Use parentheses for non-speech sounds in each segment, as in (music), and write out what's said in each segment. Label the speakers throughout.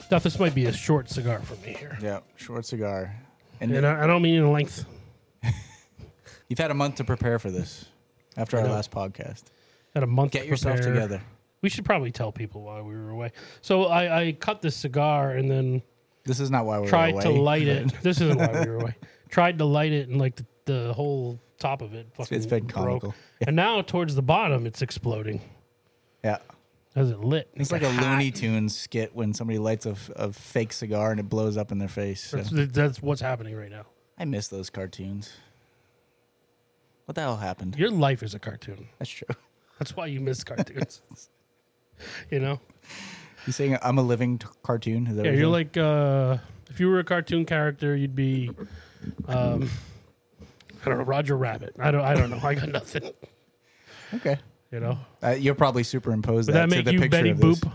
Speaker 1: Stuff, this might be a short cigar for me here.
Speaker 2: Yeah, short cigar. And
Speaker 1: And I, I don't mean in length.
Speaker 2: you've had a month to prepare for this after our last podcast.
Speaker 1: Had a month.
Speaker 2: Get
Speaker 1: to
Speaker 2: yourself
Speaker 1: prepare.
Speaker 2: together.
Speaker 1: We should probably tell people why we were away. So I, I cut this cigar and then
Speaker 2: This is not why we're
Speaker 1: tried
Speaker 2: away.
Speaker 1: to light it.
Speaker 2: (laughs)
Speaker 1: This isn't why we were away. Tried to light it, and like the, the whole top of it fucking
Speaker 2: it's been
Speaker 1: broke.
Speaker 2: comical.
Speaker 1: And now towards the bottom, it's exploding
Speaker 2: Yeah.
Speaker 1: as it lit.
Speaker 2: It's like a Looney Tunes skit when somebody lights a, f- a fake cigar and it blows up in their face. So
Speaker 1: That's, that's what's happening right now.
Speaker 2: I miss those cartoons. What the hell happened?
Speaker 1: Your life is a cartoon.
Speaker 2: That's true. (laughs)
Speaker 1: That's why you miss cartoons. you know,
Speaker 2: You saying I'm a living t- cartoon? Is that
Speaker 1: yeah.
Speaker 2: what
Speaker 1: You're
Speaker 2: saying?
Speaker 1: like uh, if you were a cartoon character, you'd be, um, I don't know, Roger Rabbit. I don't. I don't know. I got (laughs) nothing.
Speaker 2: okay.
Speaker 1: You know.
Speaker 2: Uh, you'll probably superimpose
Speaker 1: Would
Speaker 2: that,
Speaker 1: that
Speaker 2: to
Speaker 1: make
Speaker 2: the
Speaker 1: you
Speaker 2: picture
Speaker 1: Betty
Speaker 2: of this.
Speaker 1: Boop?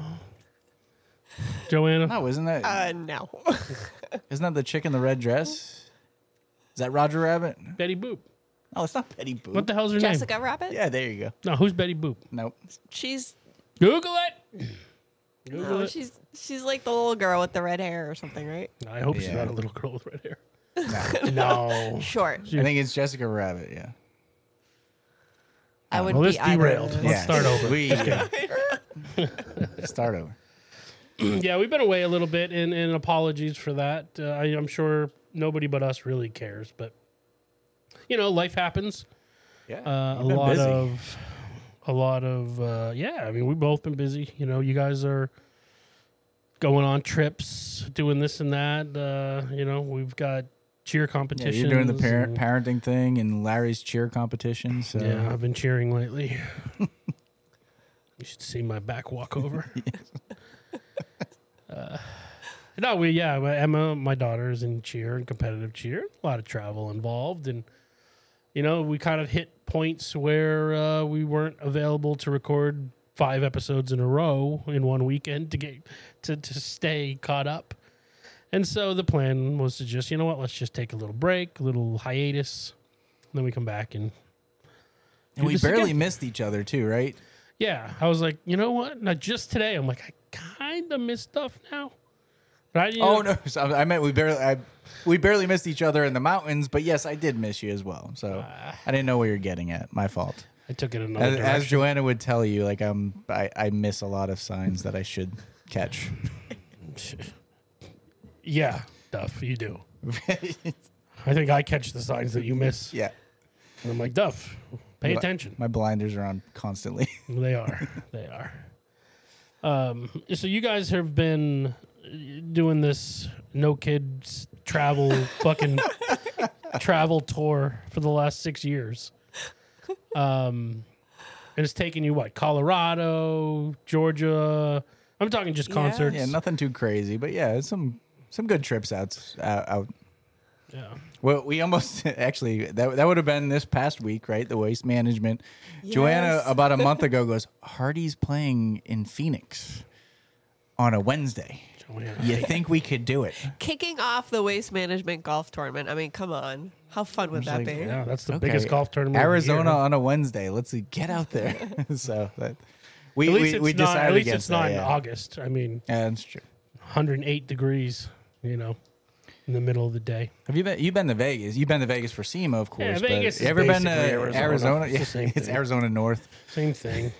Speaker 1: Joanna.
Speaker 2: No, isn't that
Speaker 3: Uh, no.
Speaker 2: not that the chick in the red dress? Is that Roger Rabbit?
Speaker 1: Betty Boop.
Speaker 2: No, it's not Betty Boop.
Speaker 1: What the hell's her
Speaker 3: Jessica Rabbit?
Speaker 2: Yeah, there you go.
Speaker 1: name? No, who's Betty Boop?
Speaker 2: Nope.
Speaker 3: She's
Speaker 1: Google it. Google
Speaker 3: no,
Speaker 1: it.
Speaker 3: she's she's like the little girl with the red hair or something, right?
Speaker 1: I hope she's
Speaker 2: Yeah.
Speaker 1: not a little girl with red hair.
Speaker 2: (laughs)
Speaker 1: no.
Speaker 3: Short.
Speaker 2: I think it's Jessica Rabbit. Yeah.
Speaker 3: I would
Speaker 1: Well,
Speaker 3: be
Speaker 1: this
Speaker 3: either of
Speaker 1: derailed.
Speaker 3: those.
Speaker 1: Let's
Speaker 2: yeah.
Speaker 1: start over.
Speaker 2: We, (laughs) start over.
Speaker 1: yeah, we've been away a little bit, and, and apologies for that. Uh, I, I'm sure nobody but us really cares, but you know, life happens.
Speaker 2: Yeah.
Speaker 1: Uh, a
Speaker 2: you've been
Speaker 1: lot
Speaker 2: busy.
Speaker 1: of, a lot of, uh, yeah. I mean, we've both been busy. You know, you guys are going on trips, doing this and that. Uh, you know, we've got cheer
Speaker 2: Yeah,
Speaker 1: competitions.
Speaker 2: you're doing the
Speaker 1: and-
Speaker 2: parent parenting thing and Larry's cheer competition. So
Speaker 1: Yeah, uh, I've been cheering lately. you should see my back walk over. Uh, no, we yeah, my- Emma, my daughter is in cheer and competitive cheer. A lot of travel involved, and you know we kind of hit points where uh, we weren't available to record five episodes in a row in one weekend to get to, to stay caught up. And so the plan was to just, you know what, let's just take a little break, a little hiatus, and then we come back and
Speaker 2: and we
Speaker 1: This is
Speaker 2: barely
Speaker 1: good.
Speaker 2: missed each other too, right?
Speaker 1: Yeah, I was like, you know what? Now just today, I'm like, I kind of miss stuff now. But I didn't.
Speaker 2: Oh no, (laughs) so I meant we barely I, we barely missed each other in the mountains. But yes, I did miss you as well. So I didn't know what you're getting at. My fault.
Speaker 1: I took it another
Speaker 2: As,
Speaker 1: Ah.
Speaker 2: as
Speaker 1: direction.
Speaker 2: Joanna would tell you, like I'm, I, I miss a lot of signs that I should
Speaker 1: (laughs)
Speaker 2: catch.
Speaker 1: yeah, Duff, you
Speaker 2: (laughs)
Speaker 1: do. I think I catch the signs that you miss,
Speaker 2: yeah,
Speaker 1: and I'm like, Duff, pay
Speaker 2: My-
Speaker 1: attention.
Speaker 2: My blinders are on constantly. (laughs)
Speaker 1: They are. They are. Um, so you guys have been doing this no kids
Speaker 2: (laughs)
Speaker 1: travel fucking travel tour for the last six years. Um, and it's taken you what? Colorado, Georgia. I'm talking just
Speaker 3: Yeah.
Speaker 1: concerts.
Speaker 2: yeah, nothing too crazy, but yeah, it's some some good trips out out. out.
Speaker 1: Yeah.
Speaker 2: Well, we almost (laughs) actually that that would have been this past week, right? The waste management. Joanna
Speaker 3: Yes.
Speaker 2: about a month ago goes, Hardy's playing in Phoenix on a Wednesday.
Speaker 1: Joanna.
Speaker 2: You think we could do it?
Speaker 3: Kicking off the waste management golf tournament. I mean, come on. How fun would that
Speaker 2: like,
Speaker 3: be?
Speaker 1: Yeah, that's the
Speaker 2: Okay.
Speaker 1: biggest golf tournament. of the
Speaker 2: Arizona
Speaker 1: year.
Speaker 2: on a Wednesday. Let's see, get out there. (laughs) so that we
Speaker 1: At least
Speaker 2: we,
Speaker 1: it's
Speaker 2: we
Speaker 1: not.
Speaker 2: decided
Speaker 1: At least
Speaker 2: against
Speaker 1: it's not
Speaker 2: that,
Speaker 1: in
Speaker 2: yeah.
Speaker 1: August. I mean,
Speaker 2: Yeah, that's true.
Speaker 1: 108 degrees. You know, in the middle of the day.
Speaker 2: Have you been? You've been to Vegas. You've been to Vegas for SEMA, of course.
Speaker 1: Yeah,
Speaker 2: but
Speaker 1: Vegas
Speaker 2: You
Speaker 1: is
Speaker 2: ever been to
Speaker 1: basically Arizona.
Speaker 2: Arizona?
Speaker 1: It's the same
Speaker 2: Yeah, (laughs) it's
Speaker 1: thing.
Speaker 2: Arizona North.
Speaker 1: Same thing.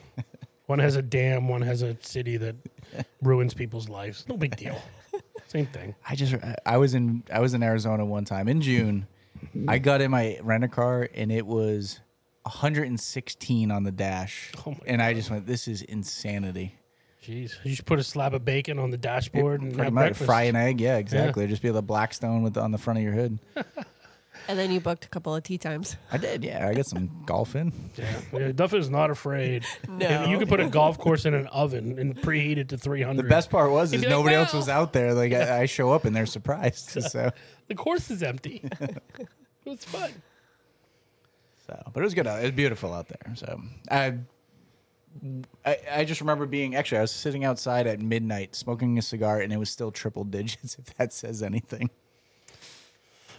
Speaker 1: one has a dam, one has a city that ruins people's lives. No big deal. Same thing.
Speaker 2: I just I was in I was in Arizona one time in June. I got in my rent a car and it was 116 on the dash,
Speaker 1: Oh my
Speaker 2: and I just went, "This is insanity."
Speaker 1: Jeez, you should put a slab of bacon on the dashboard and
Speaker 2: Pretty
Speaker 1: have
Speaker 2: much
Speaker 1: breakfast.
Speaker 2: fry an egg, yeah, exactly. Just be the Blackstone with on the front of your hood.
Speaker 3: And then you booked a couple of tea times.
Speaker 2: I did, yeah. I got some golf in.
Speaker 1: Yeah. yeah, Duff is not afraid.
Speaker 3: No.
Speaker 1: If you could put a golf course in an oven and preheat it to 300.
Speaker 2: The best part was
Speaker 1: You'd
Speaker 2: is
Speaker 1: be like,
Speaker 2: nobody else
Speaker 1: "Wow."
Speaker 2: was out there. Like I, I show up and
Speaker 1: (laughs)
Speaker 2: they're surprised. So,
Speaker 1: The course is empty.
Speaker 2: (laughs)
Speaker 1: it was fun.
Speaker 2: so, but it was good. out- It was beautiful out there. So I. I, I just remember being actually I was sitting outside at midnight smoking a cigar and it was still triple (laughs) digits if that says anything.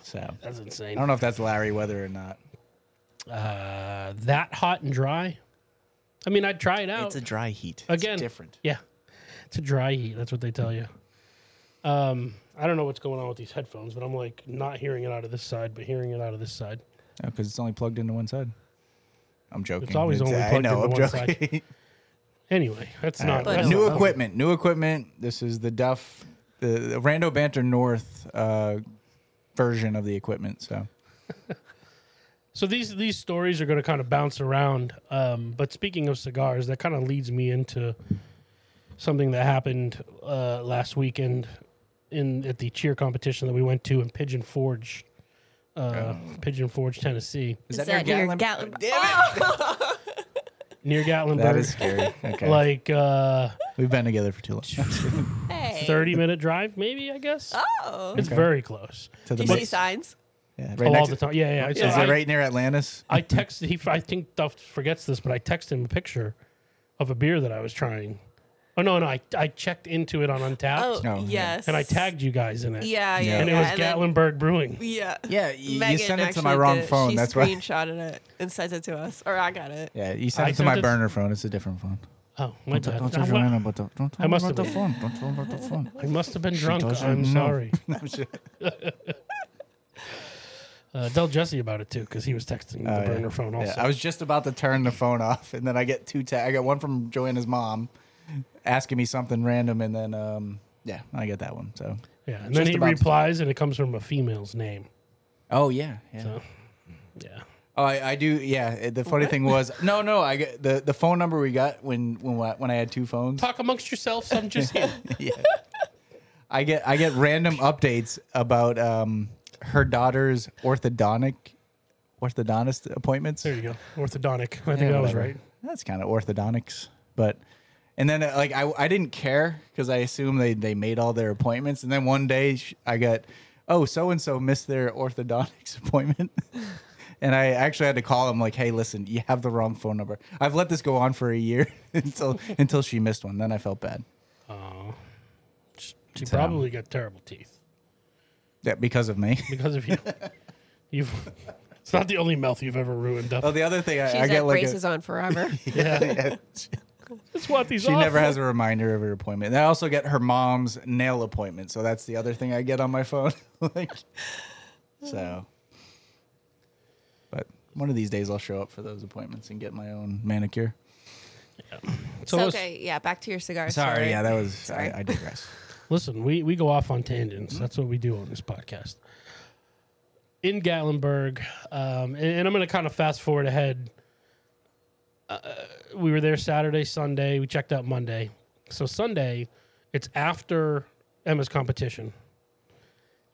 Speaker 2: So I
Speaker 1: That's insane.
Speaker 2: don't know if that's Larry weather or not.
Speaker 1: Uh, that hot and dry. I mean, I'd try it out.
Speaker 2: It's a dry heat. It's
Speaker 1: Again,
Speaker 2: different.
Speaker 1: Yeah. It's a dry heat. That's what they tell you. Um, I don't know what's going on with these headphones, but I'm like not hearing it out of this side, but hearing it out of this side.
Speaker 2: because it's only plugged into one side. I'm joking.
Speaker 1: always only
Speaker 2: I
Speaker 1: plugged
Speaker 2: know,
Speaker 1: into
Speaker 2: I'm
Speaker 1: one side.
Speaker 2: joking. (laughs)
Speaker 1: Anyway, that's
Speaker 2: All right,
Speaker 1: not
Speaker 3: But
Speaker 1: that's
Speaker 2: new
Speaker 1: not-
Speaker 2: equipment. New equipment. This is the Duff, the, the Rando Banter North uh, version of the equipment. So
Speaker 1: So these these stories are going to kind of bounce around. Um, but speaking of cigars, that kind of leads me into something that happened uh, last weekend in at the cheer competition that we went to in Pigeon Forge, uh,
Speaker 2: Oh.
Speaker 1: Pigeon Forge, Tennessee,
Speaker 2: is,
Speaker 3: Gatlin?
Speaker 2: Damn
Speaker 3: Oh!
Speaker 1: near Gatlinburg.
Speaker 2: it! That is scary.
Speaker 1: (laughs)
Speaker 2: Okay,
Speaker 1: like uh,
Speaker 2: we've been together for too long.
Speaker 3: Oh,
Speaker 2: (laughs)
Speaker 3: Hey.
Speaker 1: thirty minute drive, maybe I guess.
Speaker 3: Oh.
Speaker 1: It's
Speaker 2: Okay.
Speaker 1: very close.
Speaker 2: to
Speaker 3: Do
Speaker 2: the
Speaker 3: you see
Speaker 2: bus-
Speaker 3: signs?
Speaker 2: yeah,
Speaker 1: Oh,
Speaker 2: right
Speaker 1: all
Speaker 2: next,
Speaker 1: the time. Yeah, yeah.
Speaker 2: is
Speaker 1: So I-
Speaker 2: it right near Atlantis?
Speaker 1: I texted he. I think Duff forgets this, but I texted him a picture of a beer that I was trying. Oh no, no, I, I checked into it on Untapped
Speaker 3: Oh,
Speaker 2: Oh, yeah.
Speaker 3: yes.
Speaker 1: and I tagged you guys in it.
Speaker 3: Yeah, yeah,
Speaker 2: Yeah.
Speaker 3: yeah.
Speaker 1: and it was
Speaker 3: then-
Speaker 1: Gatlinburg Brewing.
Speaker 3: Yeah.
Speaker 2: (laughs) Yeah, you, you
Speaker 3: Megan
Speaker 2: sent it to my
Speaker 3: actually
Speaker 2: wrong
Speaker 3: did it.
Speaker 2: phone.
Speaker 3: She
Speaker 2: That's why.
Speaker 3: screenshotted it and sent it to us, or I got it.
Speaker 2: Yeah, you sent
Speaker 1: I
Speaker 2: it to
Speaker 1: sent
Speaker 2: my
Speaker 1: it-
Speaker 2: burner phone. It's a different phone.
Speaker 1: Oh my bad.
Speaker 2: Don't
Speaker 1: I,
Speaker 2: tell Joanna about the. Don't tell
Speaker 1: I
Speaker 2: her
Speaker 1: must
Speaker 2: about the
Speaker 1: have
Speaker 2: phone. Don't tell her about
Speaker 1: (laughs)
Speaker 2: the phone.
Speaker 1: I must have been drunk.
Speaker 2: doesn't
Speaker 1: I'm
Speaker 2: know. (laughs)
Speaker 1: sorry.
Speaker 2: I'm sure-
Speaker 1: Uh, tell Jesse about it too, because he was texting
Speaker 2: Oh,
Speaker 1: the
Speaker 2: yeah.
Speaker 1: burner phone also.
Speaker 2: Yeah, I was just about to turn the phone (laughs) off, and then I get two. Ta- I got one from Joanna's mom asking me something random, and then um, yeah, I get that one. So
Speaker 1: Yeah, and then
Speaker 2: Just
Speaker 1: he
Speaker 2: about-
Speaker 1: replies, and it comes from a female's name.
Speaker 2: oh yeah, yeah.
Speaker 1: So, yeah.
Speaker 2: Oh, I, I do. Yeah. Uh, The funny thing was, no, no. I got the, the phone number we got when when I- when I had two phones.
Speaker 1: Talk amongst yourselves. I'm just here.
Speaker 2: (laughs) yeah. I get I get random updates about um her daughter's orthodontic orthodontist appointments.
Speaker 1: there you go. Orthodontic. I think
Speaker 2: Yeah,
Speaker 1: I was
Speaker 2: whatever.
Speaker 1: right.
Speaker 2: That's kind of orthodontics, but and then uh, like I, I didn't care because I assumed they they made all their appointments, and then one day sh- I got oh so and so missed their orthodontics (laughs) appointment, and I actually had to call them like hey listen you have the wrong phone number I've let this go on for a year (laughs) until until she missed one then I felt bad
Speaker 1: Oh, she she
Speaker 2: So-
Speaker 1: probably got terrible teeth.
Speaker 2: yeah because of me.
Speaker 1: because
Speaker 2: (laughs)
Speaker 1: of you. You've it's not the only mouth you've ever ruined.
Speaker 2: Oh,
Speaker 1: Duff.
Speaker 2: the other thing I,
Speaker 3: She's
Speaker 2: I get
Speaker 3: had
Speaker 2: like a-
Speaker 3: braces on
Speaker 2: (laughs)
Speaker 3: forever.
Speaker 1: Yeah,
Speaker 2: yeah, she-
Speaker 1: that's what these.
Speaker 2: she never
Speaker 1: off.
Speaker 2: has a reminder of her appointment. And I also get her mom's nail appointment, so that's the other thing I get on my phone. (laughs) like, so, but one of these days I'll show up for those appointments and get my own manicure.
Speaker 1: So
Speaker 3: So
Speaker 1: lis-
Speaker 3: okay, yeah, back to your cigar
Speaker 2: Sorry,
Speaker 3: story.
Speaker 2: yeah, that was
Speaker 3: Sorry. Oh,
Speaker 2: I, I
Speaker 3: (laughs)
Speaker 2: digress.
Speaker 1: Listen, we we go off on tangents. That's what we do on this podcast. In Gatlinburg, um, and, and I'm going to kind of fast forward ahead. Uh, we were there Saturday, Sunday. We checked out Monday. So Sunday, it's after Emma's competition,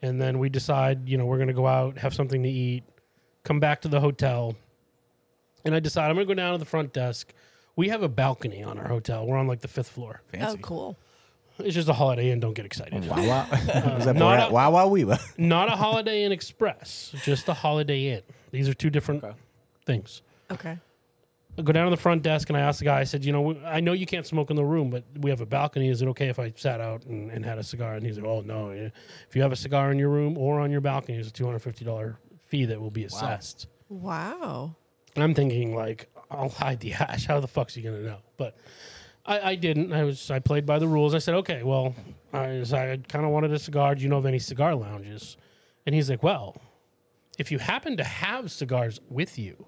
Speaker 1: and then we decide, you know, we're going to go out, have something to eat, come back to the hotel, and I decide I'm going to go down to the front desk. We have a balcony on our hotel. We're on like the fifth floor.
Speaker 3: Oh,
Speaker 2: Fancy.
Speaker 3: cool.
Speaker 1: It's just a Holiday Inn. Don't get excited.
Speaker 2: Wow,
Speaker 3: (laughs)
Speaker 2: (laughs) wow. was that
Speaker 1: not
Speaker 2: Borat?
Speaker 1: a-
Speaker 2: Wow, wow, we were.
Speaker 1: Not a Holiday Inn Express, just a Holiday Inn. These are two different
Speaker 2: Okay.
Speaker 1: things.
Speaker 3: Okay.
Speaker 1: I go down to the front desk and I ask the guy. I said, "You know, I know you can't smoke in the room, but we have a balcony. Is it okay if I sat out and, and had a cigar?" And he's like, "Oh no, if you have a cigar in your room or on your balcony, there's a two hundred fifty dollar fee that will be assessed."
Speaker 3: Wow.
Speaker 1: And I'm thinking like, I'll hide the (laughs) ash. How the fuck's he gonna know? But I, I didn't. I was I played by the rules. I said, okay, well, I, kind of wanted a cigar. Do you know of any cigar lounges? And he's like, well, if you happen to have cigars with you,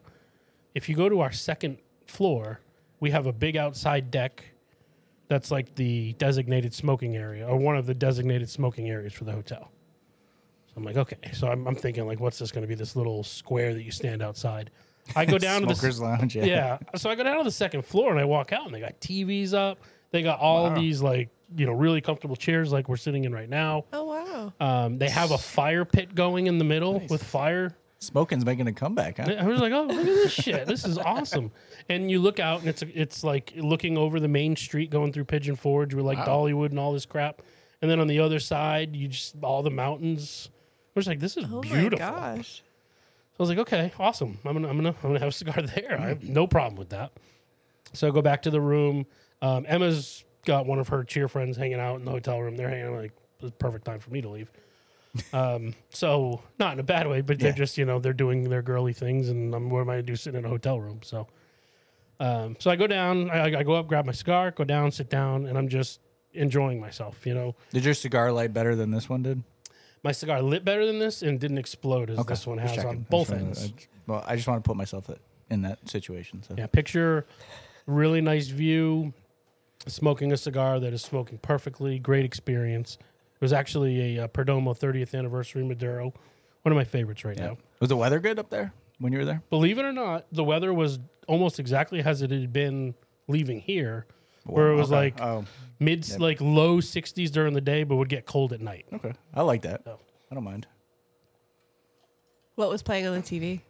Speaker 1: if you go to our second floor, we have a big outside deck. That's like the designated smoking area, or one of the designated smoking areas for the hotel. So I'm like, okay. So I'm, I'm thinking, like, what's this going to be? This little square that you stand outside. I
Speaker 2: (laughs)
Speaker 1: go down to the
Speaker 2: Smokers Lounge. Yeah.
Speaker 1: yeah. So I go down to the second floor and I walk out and they got TVs up. They got all these like you know really comfortable chairs like we're sitting in right now.
Speaker 3: Oh wow.
Speaker 1: Um, they have a fire pit going in the middle with fire.
Speaker 2: smoking's making a comeback, huh?
Speaker 1: I was like, oh look at this shit. This is awesome. And you look out and it's it's like looking over the main street going through Pigeon Forge with like Dollywood and all this crap. And then on the other side, you just all the mountains. I was like, this is
Speaker 3: Oh
Speaker 1: beautiful.
Speaker 3: my gosh.
Speaker 1: So I was like, okay, awesome. I'm gonna, I'm gonna, I'm gonna have a cigar (laughs) there. I have no problem with that. So I go back to the room. Um, Emma's got one of her cheer friends hanging out in the hotel room. They're hanging out like it's perfect time for me to leave. Um, (laughs) so not in a bad way, but they're
Speaker 2: Yeah.
Speaker 1: just you know they're doing their girly things, and I'm, what am I gonna do sitting in a hotel room? So, um, so I go down, I, I go up, grab my cigar, go down, sit down, and I'm just enjoying myself. You know,
Speaker 2: Did your cigar light better than this one did?
Speaker 1: my cigar lit better than this and didn't explode as this one
Speaker 2: just
Speaker 1: has
Speaker 2: uh, checking.
Speaker 1: on
Speaker 2: I
Speaker 1: both
Speaker 2: just wanna-
Speaker 1: ends.
Speaker 2: I- well, I just want to put myself at- in that situation. So.
Speaker 1: Yeah, picture really nice view, smoking a cigar that is smoking perfectly. Great experience. It was actually a uh, Perdomo 30th anniversary Maduro, one of my favorites right now.
Speaker 2: Was the weather good up there when you were there?
Speaker 1: Believe it or not, the weather was almost exactly as it had been leaving here, where it was
Speaker 2: Okay.
Speaker 1: like
Speaker 2: oh,
Speaker 1: mid, like low 60s during the day, but would get cold at night.
Speaker 2: okay. I like that.
Speaker 1: Oh.
Speaker 2: I don't mind.
Speaker 3: What was playing on the TV?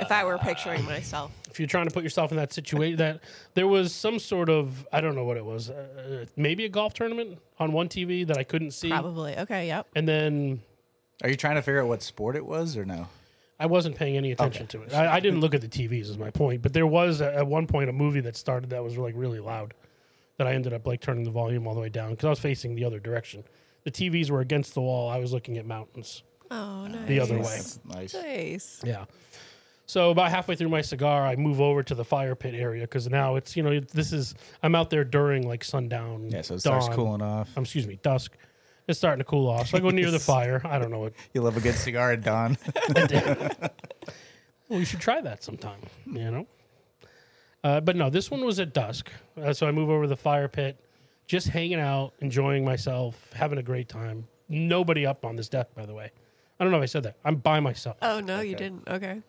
Speaker 3: If I were picturing
Speaker 1: Uh,
Speaker 3: myself,
Speaker 1: if you're trying to put yourself in that situation that there was some sort of i don't know what it was uh, maybe a golf tournament on one tv that i couldn't see
Speaker 3: probably. Okay, yep.
Speaker 1: and then
Speaker 2: Are you trying to figure out what sport it was or no?
Speaker 1: i wasn't paying any attention to it I, I didn't look at the tvs is my point but there was a, at one point a movie that started that was like really loud that i ended up like turning the volume all the way down because i was facing the other direction the tvs were against the wall i was looking at mountains
Speaker 3: Oh, nice.
Speaker 1: The other way.
Speaker 2: That's nice.
Speaker 3: Nice.
Speaker 1: Yeah. So about halfway through my cigar, I move over to the fire pit area because now it's you know this is I'm out there during like sundown.
Speaker 2: Yeah, so it starts
Speaker 1: dawn.
Speaker 2: cooling off.
Speaker 1: Um, excuse me, dusk. It's starting to cool off. So I go
Speaker 2: (laughs)
Speaker 1: near the fire. I don't know what.
Speaker 2: You love a good cigar
Speaker 1: (laughs)
Speaker 2: at dawn.
Speaker 1: Well, you should try that sometime. You know. Uh, but no, this one was at dusk. Uh, so I move over to the fire pit, just hanging out, enjoying myself, having a great time. Nobody up on this deck, by the way. I don't know if I said that. I'm by myself.
Speaker 3: Oh no, you didn't. Okay.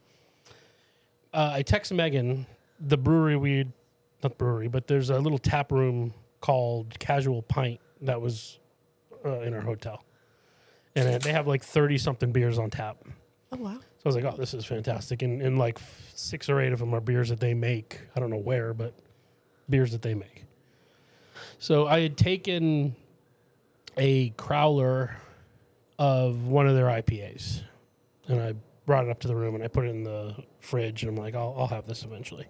Speaker 1: uh, I text Megan the brewery we not brewery, but there's a little tap room called Casual Pint that was uh, in our hotel, and it, they have like thirty something beers on tap.
Speaker 3: Oh wow.
Speaker 1: So I was like, oh, this is fantastic, and and like f- six or eight of them are beers that they make. I don't know where, but beers that they make. So I had taken a crowler of one of their IPAs, and I brought it up to the room and I put it in the fridge, and I'm like, I'll, I'll have this eventually.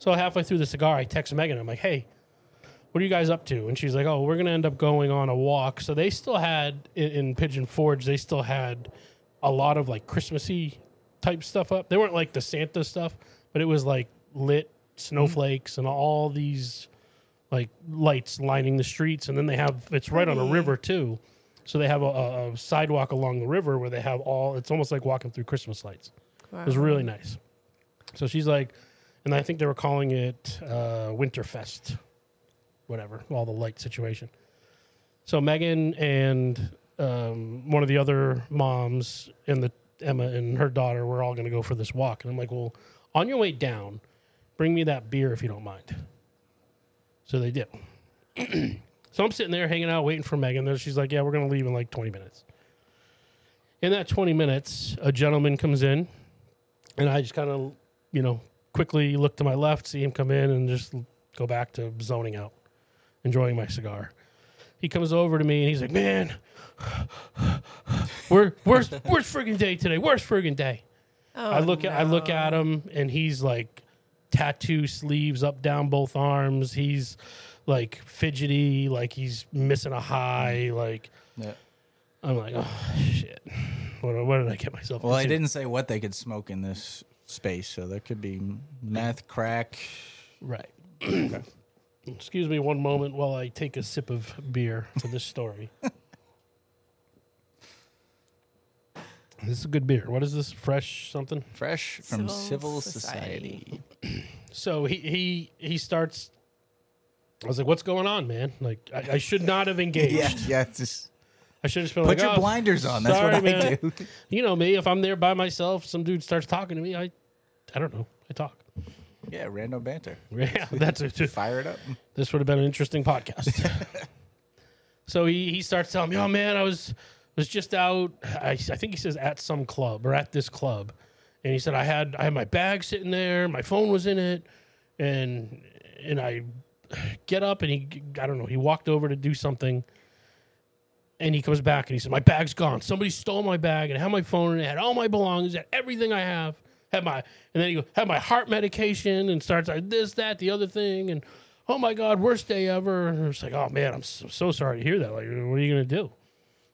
Speaker 1: So halfway through the cigar, I text Megan. I'm like, hey, what are you guys up to? And she's like, oh, we're gonna end up going on a walk. So they still had in, in Pigeon Forge, they still had a lot of like Christmassy type stuff up. They weren't like the Santa stuff, but it was like lit snowflakes and all these like lights lining the streets. And then they have it's right on a
Speaker 3: Pretty.
Speaker 1: river too. So they have a, a, a sidewalk along the river where they have all. It's almost like walking through Christmas lights.
Speaker 3: wow.
Speaker 1: It was really nice. So she's like, and I think they were calling it uh, Winterfest, whatever, all the light situation. So Megan and um, one of the other moms and the Emma and her daughter were all going to go for this walk, and I'm like, well, on your way down, bring me that beer if you don't mind. So they do. (clears throat) so I'm sitting there hanging out, waiting for Megan. Then she's like, yeah, we're going to leave in like 20 minutes. In that 20 minutes, a gentleman comes in and I just kind of, you know, quickly look to my left, see him come in, and just go back to zoning out, enjoying my cigar. He comes over to me and he's like, "Man, where, where's where's friggin' day today? Where's friggin' day?"
Speaker 3: Oh,
Speaker 1: I look at I look
Speaker 3: no.
Speaker 1: at him and he's like tattoo sleeves up down both arms. He's like fidgety, like he's missing a high. Like
Speaker 2: Yeah.
Speaker 1: I'm like, oh shit, what, what did I get myself?
Speaker 2: Well, I
Speaker 1: into?"
Speaker 2: didn't say what they could smoke in this space, so there could be meth, crack.
Speaker 1: Right. (clears throat) Excuse me one moment while I take a sip of beer for this
Speaker 2: (laughs)
Speaker 1: story. this is a good beer. What is this? Fresh something?
Speaker 2: Fresh from Civil
Speaker 3: Civil
Speaker 2: Society.
Speaker 3: Society.
Speaker 1: So he he he starts. I was like, "What's going on, man? Like, I, I should not have engaged.
Speaker 2: (laughs) Yeah, yeah. Just
Speaker 1: I should have just been
Speaker 2: put
Speaker 1: like,
Speaker 2: your
Speaker 1: oh,
Speaker 2: blinders on. That's
Speaker 1: sorry,
Speaker 2: what I
Speaker 1: man.
Speaker 2: do. (laughs)
Speaker 1: You know me. If I'm there by myself, some dude starts talking to me. I, I don't know. I talk. (laughs)
Speaker 2: Yeah, random banter.
Speaker 1: Yeah, that's it.
Speaker 2: Fire it up.
Speaker 1: this would have been an interesting podcast. so he, he starts telling me, "Oh man, I was was just out. I, I think he says at some club or at this club, and he said I had I had my bag sitting there, my phone was in it, and and I get up and he I don't know he walked over to do something, and he comes back and he said my bag's gone. Somebody stole my bag and had my phone and it had all my belongings, it had everything I have." Had my and then he goes, had my heart medication and starts like this, that, the other thing, and oh my god, worst day ever. And it's like, oh man, I'm so, so sorry to hear that. Like, what are you gonna do?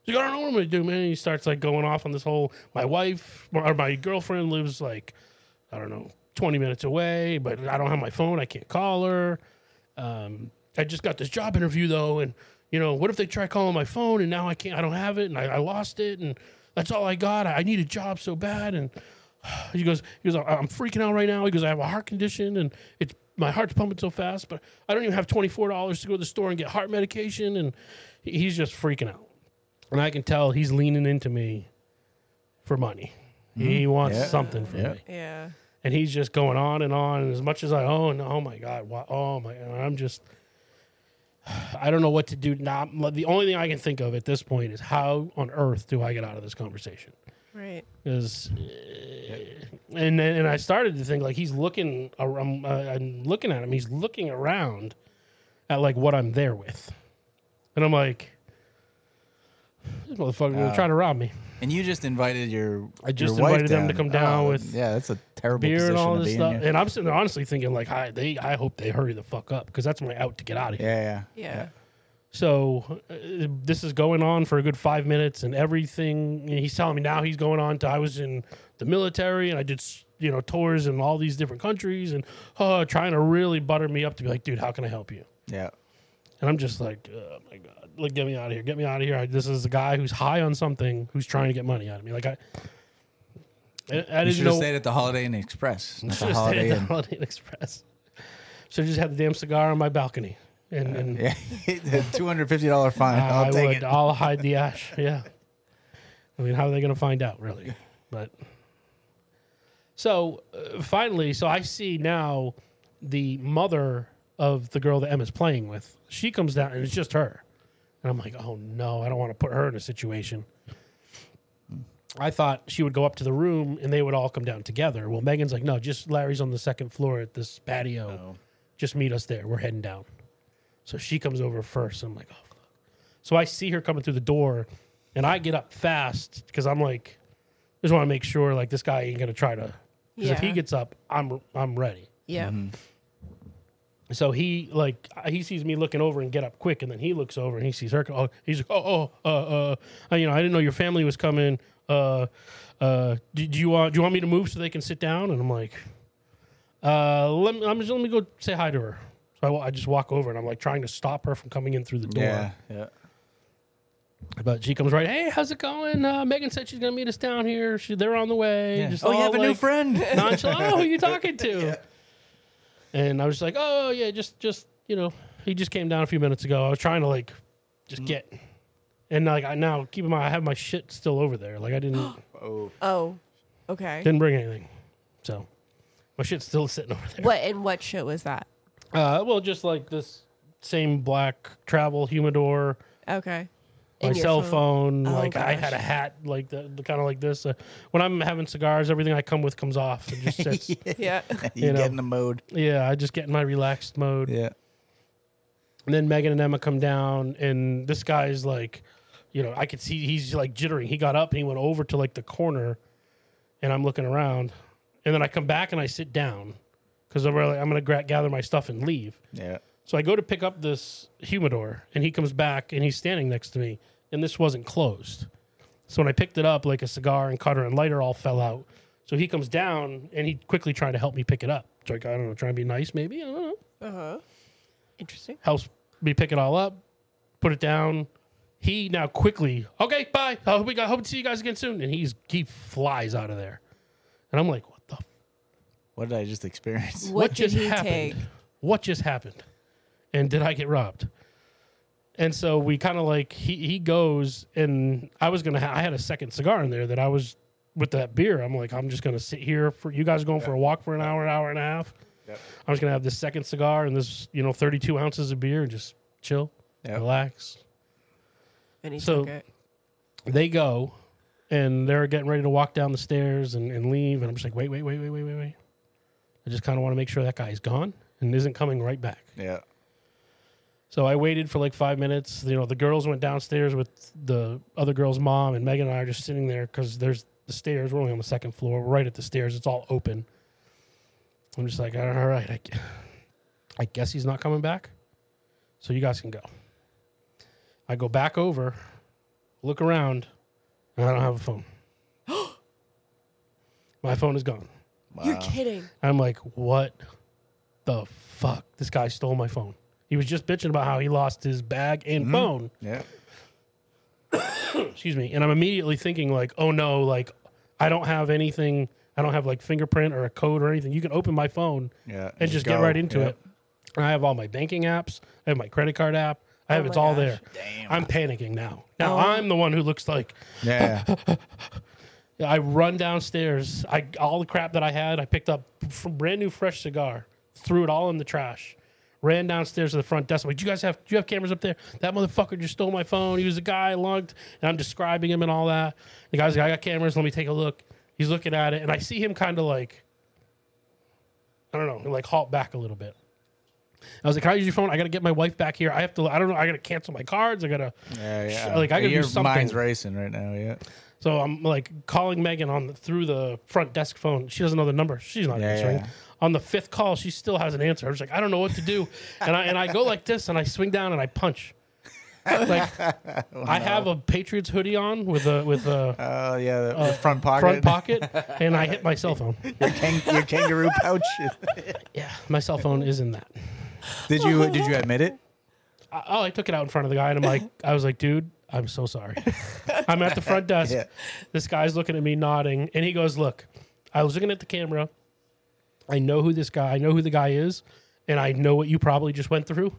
Speaker 1: He's like, I don't know what I'm gonna do, man. And he starts like going off on this whole. My wife or my girlfriend lives like, I don't know, 20 minutes away, but I don't have my phone. I can't call her. Um, I just got this job interview though, and you know, what if they try calling my phone and now I can't, I don't have it, and I, I lost it, and that's all I got. I, I need a job so bad, and (sighs) he goes, he goes, "I- I'm freaking out right now. He goes, I have a heart condition, and it's my heart's pumping so fast, but I don't even have twenty four dollars to go to the store and get heart medication, and he- he's just freaking out, and I can tell he's leaning into me for money. He wants
Speaker 2: Hmm. Yeah.
Speaker 1: something from
Speaker 2: Yeah.
Speaker 1: me
Speaker 3: Yeah.
Speaker 1: and he's just going on and on. And as much as I own, oh my god, why, oh my, and I'm just, (sighs) I don't know what to do. Not the only thing I can think of at this point is how on earth do I get out of this conversation?
Speaker 3: Right.
Speaker 1: Is and then and I started to think like he's looking, ar- I'm, uh, I'm looking at him. He's looking around at like what I'm there with, and I'm like, this motherfucker
Speaker 2: Oh.
Speaker 1: they're trying to rob me.
Speaker 2: And you just invited your
Speaker 1: I just
Speaker 2: your wife
Speaker 1: invited them
Speaker 2: down. Oh,
Speaker 1: to come down with
Speaker 2: yeah. That's a terrible
Speaker 1: beer
Speaker 2: position
Speaker 1: and all
Speaker 2: to
Speaker 1: this
Speaker 2: be
Speaker 1: stuff.
Speaker 2: In, yeah.
Speaker 1: And I'm sitting there honestly thinking, like, I they, I hope they hurry the fuck up because that's when I out to get out of here.
Speaker 2: yeah, yeah,
Speaker 3: Yeah.
Speaker 1: So uh, this is going on for a good five minutes, and everything and he's telling me now he's going on to. I was in the military and I did s- you know tours in all these different countries, and oh, trying to really butter me up to be like, dude, how can I help you?
Speaker 2: yeah.
Speaker 1: And I'm just like, oh my god, like get me out of here, get me out of here. I, this is a guy who's high on something who's trying to get money out of me. Like I, I, I
Speaker 2: You
Speaker 1: didn't
Speaker 2: should have
Speaker 1: know.
Speaker 2: stayed at the Holiday Inn Express. Not the
Speaker 1: Should've stayed at
Speaker 2: Holiday
Speaker 1: the (laughs)
Speaker 2: Inn.
Speaker 1: Holiday Inn Express. Should have just had the damn cigar on my balcony, and, and
Speaker 2: Yeah, (laughs) two hundred fifty dollar fine.
Speaker 1: I,
Speaker 2: I'll
Speaker 1: I
Speaker 2: take
Speaker 1: would.
Speaker 2: it. (laughs)
Speaker 1: I'll hide the ash. Yeah. I mean, how are they going to find out, really? But so uh, finally, so I see now the mother of the girl that Emma's playing with. She comes down, and it's just her. And I'm like, oh no, I don't want to put her in a situation. I thought she would go up to the room and they would all come down together. Well, Megan's like, no, just Larry's on the second floor at this patio. Just meet us there. We're heading down. So she comes over first. I'm like, oh, fuck. So I see her coming through the door and I get up fast because I'm like, just want to make sure like this guy ain't going to try to. Because if he
Speaker 3: Yeah.
Speaker 1: gets up, I'm, I'm ready.
Speaker 3: Yeah.
Speaker 1: Mm-hmm. So he like he sees me looking over and get up quick, and then he looks over and he sees her. Oh, he's like, oh, oh, uh, uh, you know, I didn't know your family was coming. Uh, uh, do, do you want do you want me to move so they can sit down? And I'm like, uh, let me I'm just, let me go say hi to her. So I, wa- I just walk over and I'm like trying to stop her from coming in through the door.
Speaker 2: Yeah, yeah.
Speaker 1: But she comes right. Hey, how's it going? Uh, Megan said she's gonna meet us down here. She, they're on the way. Just
Speaker 2: oh, you
Speaker 1: all,
Speaker 2: have a new
Speaker 1: like, (laughs)
Speaker 2: friend. (laughs)
Speaker 1: nonchalant. oh, who you talking to? And I was just like, oh yeah, just just you know, he just came down a few minutes ago. I was trying to like
Speaker 3: Mm.
Speaker 1: just get, and like I now keep in mind I have my shit still over there. Like I
Speaker 3: (gasps)
Speaker 1: didn't
Speaker 2: oh,
Speaker 3: Oh. Okay.
Speaker 1: didn't bring anything, so my shit's still (laughs) sitting over there.
Speaker 3: What and what shit was that?
Speaker 1: Uh, well, just like this same black travel humidor,
Speaker 3: Okay.
Speaker 1: my
Speaker 3: In your
Speaker 1: cell phone.
Speaker 3: Oh,
Speaker 1: like I
Speaker 3: gosh.
Speaker 1: had a hat like the, the kind of like this. Uh, when I'm having cigars, everything I come with comes off.
Speaker 3: (laughs)
Speaker 1: It just sits. yeah. (laughs)
Speaker 3: Yeah.
Speaker 2: you,
Speaker 1: you know.
Speaker 2: get in the mode.
Speaker 1: I just get in my relaxed mode.
Speaker 2: Yeah,
Speaker 1: And then Megan and Emma come down, and this guy's like, you know, I could see he's like jittering. He got up and he went over to like the corner, and I'm looking around, and then I come back and I sit down because I'm really, I'm gonna gra- gather my stuff and leave.
Speaker 2: yeah.
Speaker 1: So I go to pick up this humidor, and he comes back and he's standing next to me, and this wasn't closed. So when I picked it up, like a cigar and cutter and lighter all fell out. So he comes down and he quickly trying to help me pick it up. It's like I don't know, trying to be nice maybe. I don't know
Speaker 3: Uh huh. Interesting.
Speaker 1: helps me pick it all up, put it down. He now quickly, okay, bye. I hope we got hope to see you guys again soon. And he's he flies out of there. And I'm like, what the f-
Speaker 2: What did I just experience?
Speaker 1: (laughs)
Speaker 3: What,
Speaker 1: what
Speaker 3: did
Speaker 1: just
Speaker 3: he
Speaker 1: happened?
Speaker 3: take?
Speaker 1: What just happened? And did I get robbed? And so we kind of like he he goes and I was gonna ha- I had a second cigar in there that I was with that beer. I'm like I'm just gonna sit here for you guys are going for a walk for an hour, an hour and a half.
Speaker 2: Yep.
Speaker 1: I was gonna have this second cigar and this you know 32 ounces of beer and just chill,
Speaker 2: Yep.
Speaker 1: relax,
Speaker 3: And he
Speaker 1: So-
Speaker 3: took it.
Speaker 1: they go and they're getting ready to walk down the stairs and, and leave. And I'm just like, wait, wait, wait, wait, wait, wait, wait. I just kind of want to make sure that guy's gone and isn't coming right back.
Speaker 2: Yeah,
Speaker 1: So I waited for like five minutes. You know, the girls went downstairs with the other girl's mom, and Megan and I are just sitting there because there's the stairs. We're only on the second floor. We're right at the stairs. It's all open. I'm just like, all right, I, gu- I guess he's not coming back. So you guys can go. I go back over, look around, and I don't have a phone. My phone is gone.
Speaker 2: wow.
Speaker 3: You're kidding.
Speaker 1: I'm like, what the fuck? This guy stole my phone. He was just bitching about how he lost his bag and
Speaker 3: Mm-hmm.
Speaker 1: phone.
Speaker 2: Yeah.
Speaker 1: Excuse me. And I'm immediately thinking like, oh no, like I don't have anything. I don't have like fingerprint or a code or anything. You can open my phone
Speaker 2: Yeah.
Speaker 1: and just get
Speaker 2: go.
Speaker 1: right into
Speaker 2: Yeah.
Speaker 1: it. And I have all my banking apps. I have my credit card app. I have
Speaker 3: Oh
Speaker 1: it's
Speaker 3: my
Speaker 1: all
Speaker 3: gosh.
Speaker 1: there. I'm panicking now. Now
Speaker 3: Oh.
Speaker 1: I'm the one who looks like
Speaker 2: Yeah.
Speaker 1: (laughs) I run downstairs. I all the crap that I had, I picked up f- brand new fresh cigar, threw it all in the trash, ran downstairs to the front desk. I'm like, do you guys have do you have cameras up there? That motherfucker just stole my phone. He was a guy I lunked, and I'm describing him and all that. The guy's like, I got cameras. Let me take a look. He's looking at it, and I see him kind of like, I don't know, like halt back a little bit. I was like, "Can I use your phone? I got to get my wife back here. I have to. I don't know. I got to cancel my cards. I got to."
Speaker 2: Yeah, yeah.
Speaker 1: Like, I could do
Speaker 2: Your
Speaker 1: something.
Speaker 2: mind's racing right now. Yeah.
Speaker 1: So I'm like calling Megan on the, through the front desk phone. She doesn't know the number. She's not
Speaker 2: Yeah,
Speaker 1: answering.
Speaker 2: yeah.
Speaker 1: On the fifth call, she still hasn't answered. I was like, I don't know what to do, and I and I go like this, and I swing down and I punch. Like
Speaker 2: (laughs)
Speaker 1: I have a Patriots hoodie on with a with a
Speaker 2: Oh yeah. The, (laughs) the front (laughs) pocket.
Speaker 1: Uh, front pocket, and I hit my cell
Speaker 2: (laughs)
Speaker 1: phone.
Speaker 2: your, kang-
Speaker 1: (laughs)
Speaker 2: your kangaroo pouch.
Speaker 1: Yeah, my cell phone is in that.
Speaker 2: did you Did you admit it?
Speaker 1: I, oh, I took it out in front of the guy, and I'm like, I was like, dude, I'm so sorry. I'm at the front desk.
Speaker 2: (laughs) Yeah.
Speaker 1: This guy's looking at me, nodding, and he goes, "Look, I was looking at the camera. I know who this guy. I know who the guy is, and I know what you probably just went through."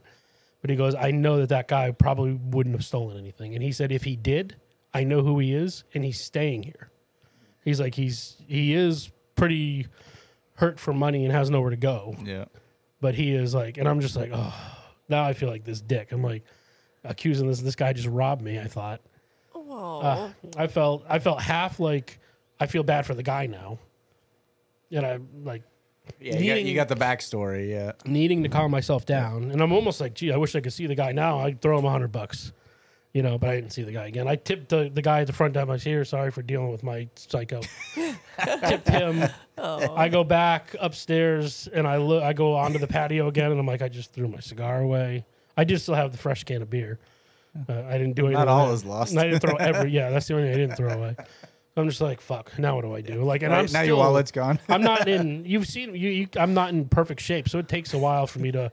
Speaker 1: But he goes, "I know that that guy probably wouldn't have stolen anything." And he said, "If he did, I know who he is, and he's staying here." He's like, he's he is pretty hurt for money and has nowhere to go
Speaker 2: Yeah.
Speaker 1: but he is like, and I'm just like, oh, now I feel like this dick. I'm like accusing this this guy just robbed me. I thought
Speaker 3: Oh,
Speaker 1: Uh, I felt I felt half like I feel bad for the guy now, and I am like
Speaker 2: Yeah. You got,
Speaker 1: Needing-
Speaker 2: you got the backstory. Yeah.
Speaker 1: needing to calm myself down, and I'm almost like, gee, I wish I could see the guy now. I'd throw him a hundred bucks, you know. But I didn't see the guy again. I tipped the, the guy at the front desk. I was here. Sorry for dealing with my psycho. tipped him. I go back upstairs and I look. I go onto the patio again, and I'm like, I just threw my cigar away. I did still have the fresh can of beer. Uh, I didn't do anything.
Speaker 2: Not all
Speaker 1: with
Speaker 2: is
Speaker 1: it.
Speaker 2: lost.
Speaker 1: And I
Speaker 2: (laughs)
Speaker 1: didn't throw every. Yeah, that's the only thing I didn't throw away. I'm just like, fuck. Now what do I do? Like, and
Speaker 2: now
Speaker 1: I'm
Speaker 2: now
Speaker 1: still,
Speaker 2: your wallet's gone.
Speaker 1: I'm not in. You've seen you, you. I'm not in perfect shape, so it takes a while for me to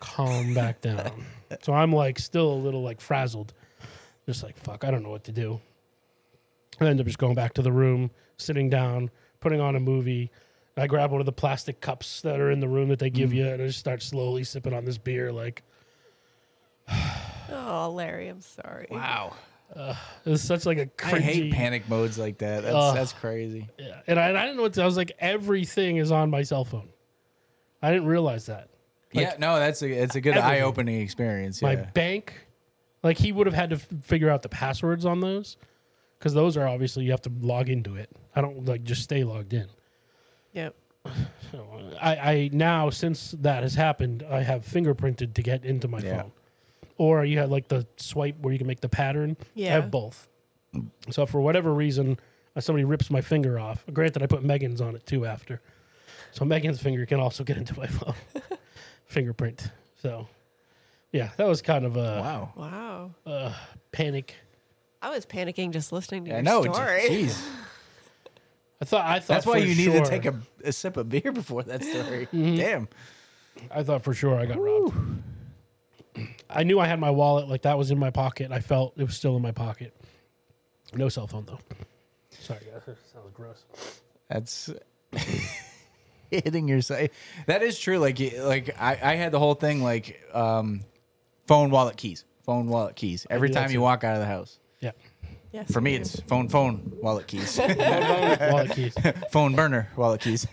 Speaker 1: calm back down. So I'm like still a little like frazzled, just like fuck. I don't know what to do. I end up just going back to the room, sitting down, putting on a movie. I grab one of the plastic cups that are in the room that they
Speaker 2: Mm.
Speaker 1: give you, and I just start slowly sipping on this beer. Like
Speaker 3: oh, Larry, I'm sorry.
Speaker 2: Wow.
Speaker 1: it's such like a cringy.
Speaker 2: I hate panic modes like that. That's
Speaker 1: Ugh.
Speaker 2: that's crazy.
Speaker 1: Yeah. And I, and I didn't know what to, I was like. Everything is on my cell phone. I didn't realize that.
Speaker 2: yeah, no, that's a it's a good
Speaker 1: everything.
Speaker 2: eye opening experience.
Speaker 1: my
Speaker 2: Yeah.
Speaker 1: bank. Like he would have had to f- figure out the passwords on those because those are obviously you have to log into it. I don't like just stay logged in.
Speaker 3: Yep.
Speaker 1: So I, I now since that has happened, I have fingerprinted to get into my
Speaker 2: Yeah.
Speaker 1: phone, or you have like the swipe where you can make the pattern. I
Speaker 3: Yeah.
Speaker 1: have both. So for whatever reason, uh, somebody rips my finger off. Granted, I put Megan's on it too after, so Megan's finger can also get into my (laughs) phone fingerprint. So yeah, that was kind of a
Speaker 2: Wow.
Speaker 3: Wow.
Speaker 1: uh, panic.
Speaker 3: I was panicking just listening to
Speaker 2: I
Speaker 3: your
Speaker 1: (laughs)
Speaker 2: know. j-
Speaker 3: story.
Speaker 2: Jeez.
Speaker 1: I thought I thought
Speaker 2: That's why
Speaker 1: for
Speaker 2: you
Speaker 1: sure,
Speaker 2: need to take a, a sip of beer before that
Speaker 1: (laughs)
Speaker 2: story.
Speaker 1: Mm-hmm.
Speaker 2: Damn.
Speaker 1: I thought for sure I got robbed. I knew I had my wallet, like that was in my pocket. I felt it was still in my pocket. No cell phone though. Sorry, guys. That sounds gross.
Speaker 2: That's (laughs) hitting your side. That is true. Like y- like I, I had the whole thing like um phone wallet keys. Phone wallet keys. Every
Speaker 1: do that
Speaker 2: time you
Speaker 1: too.
Speaker 2: walk out of the house.
Speaker 1: Yeah. (laughs)
Speaker 3: Yes,
Speaker 2: For me
Speaker 3: you do.
Speaker 2: it's phone phone wallet keys.
Speaker 1: wallet keys.
Speaker 2: phone burner wallet keys.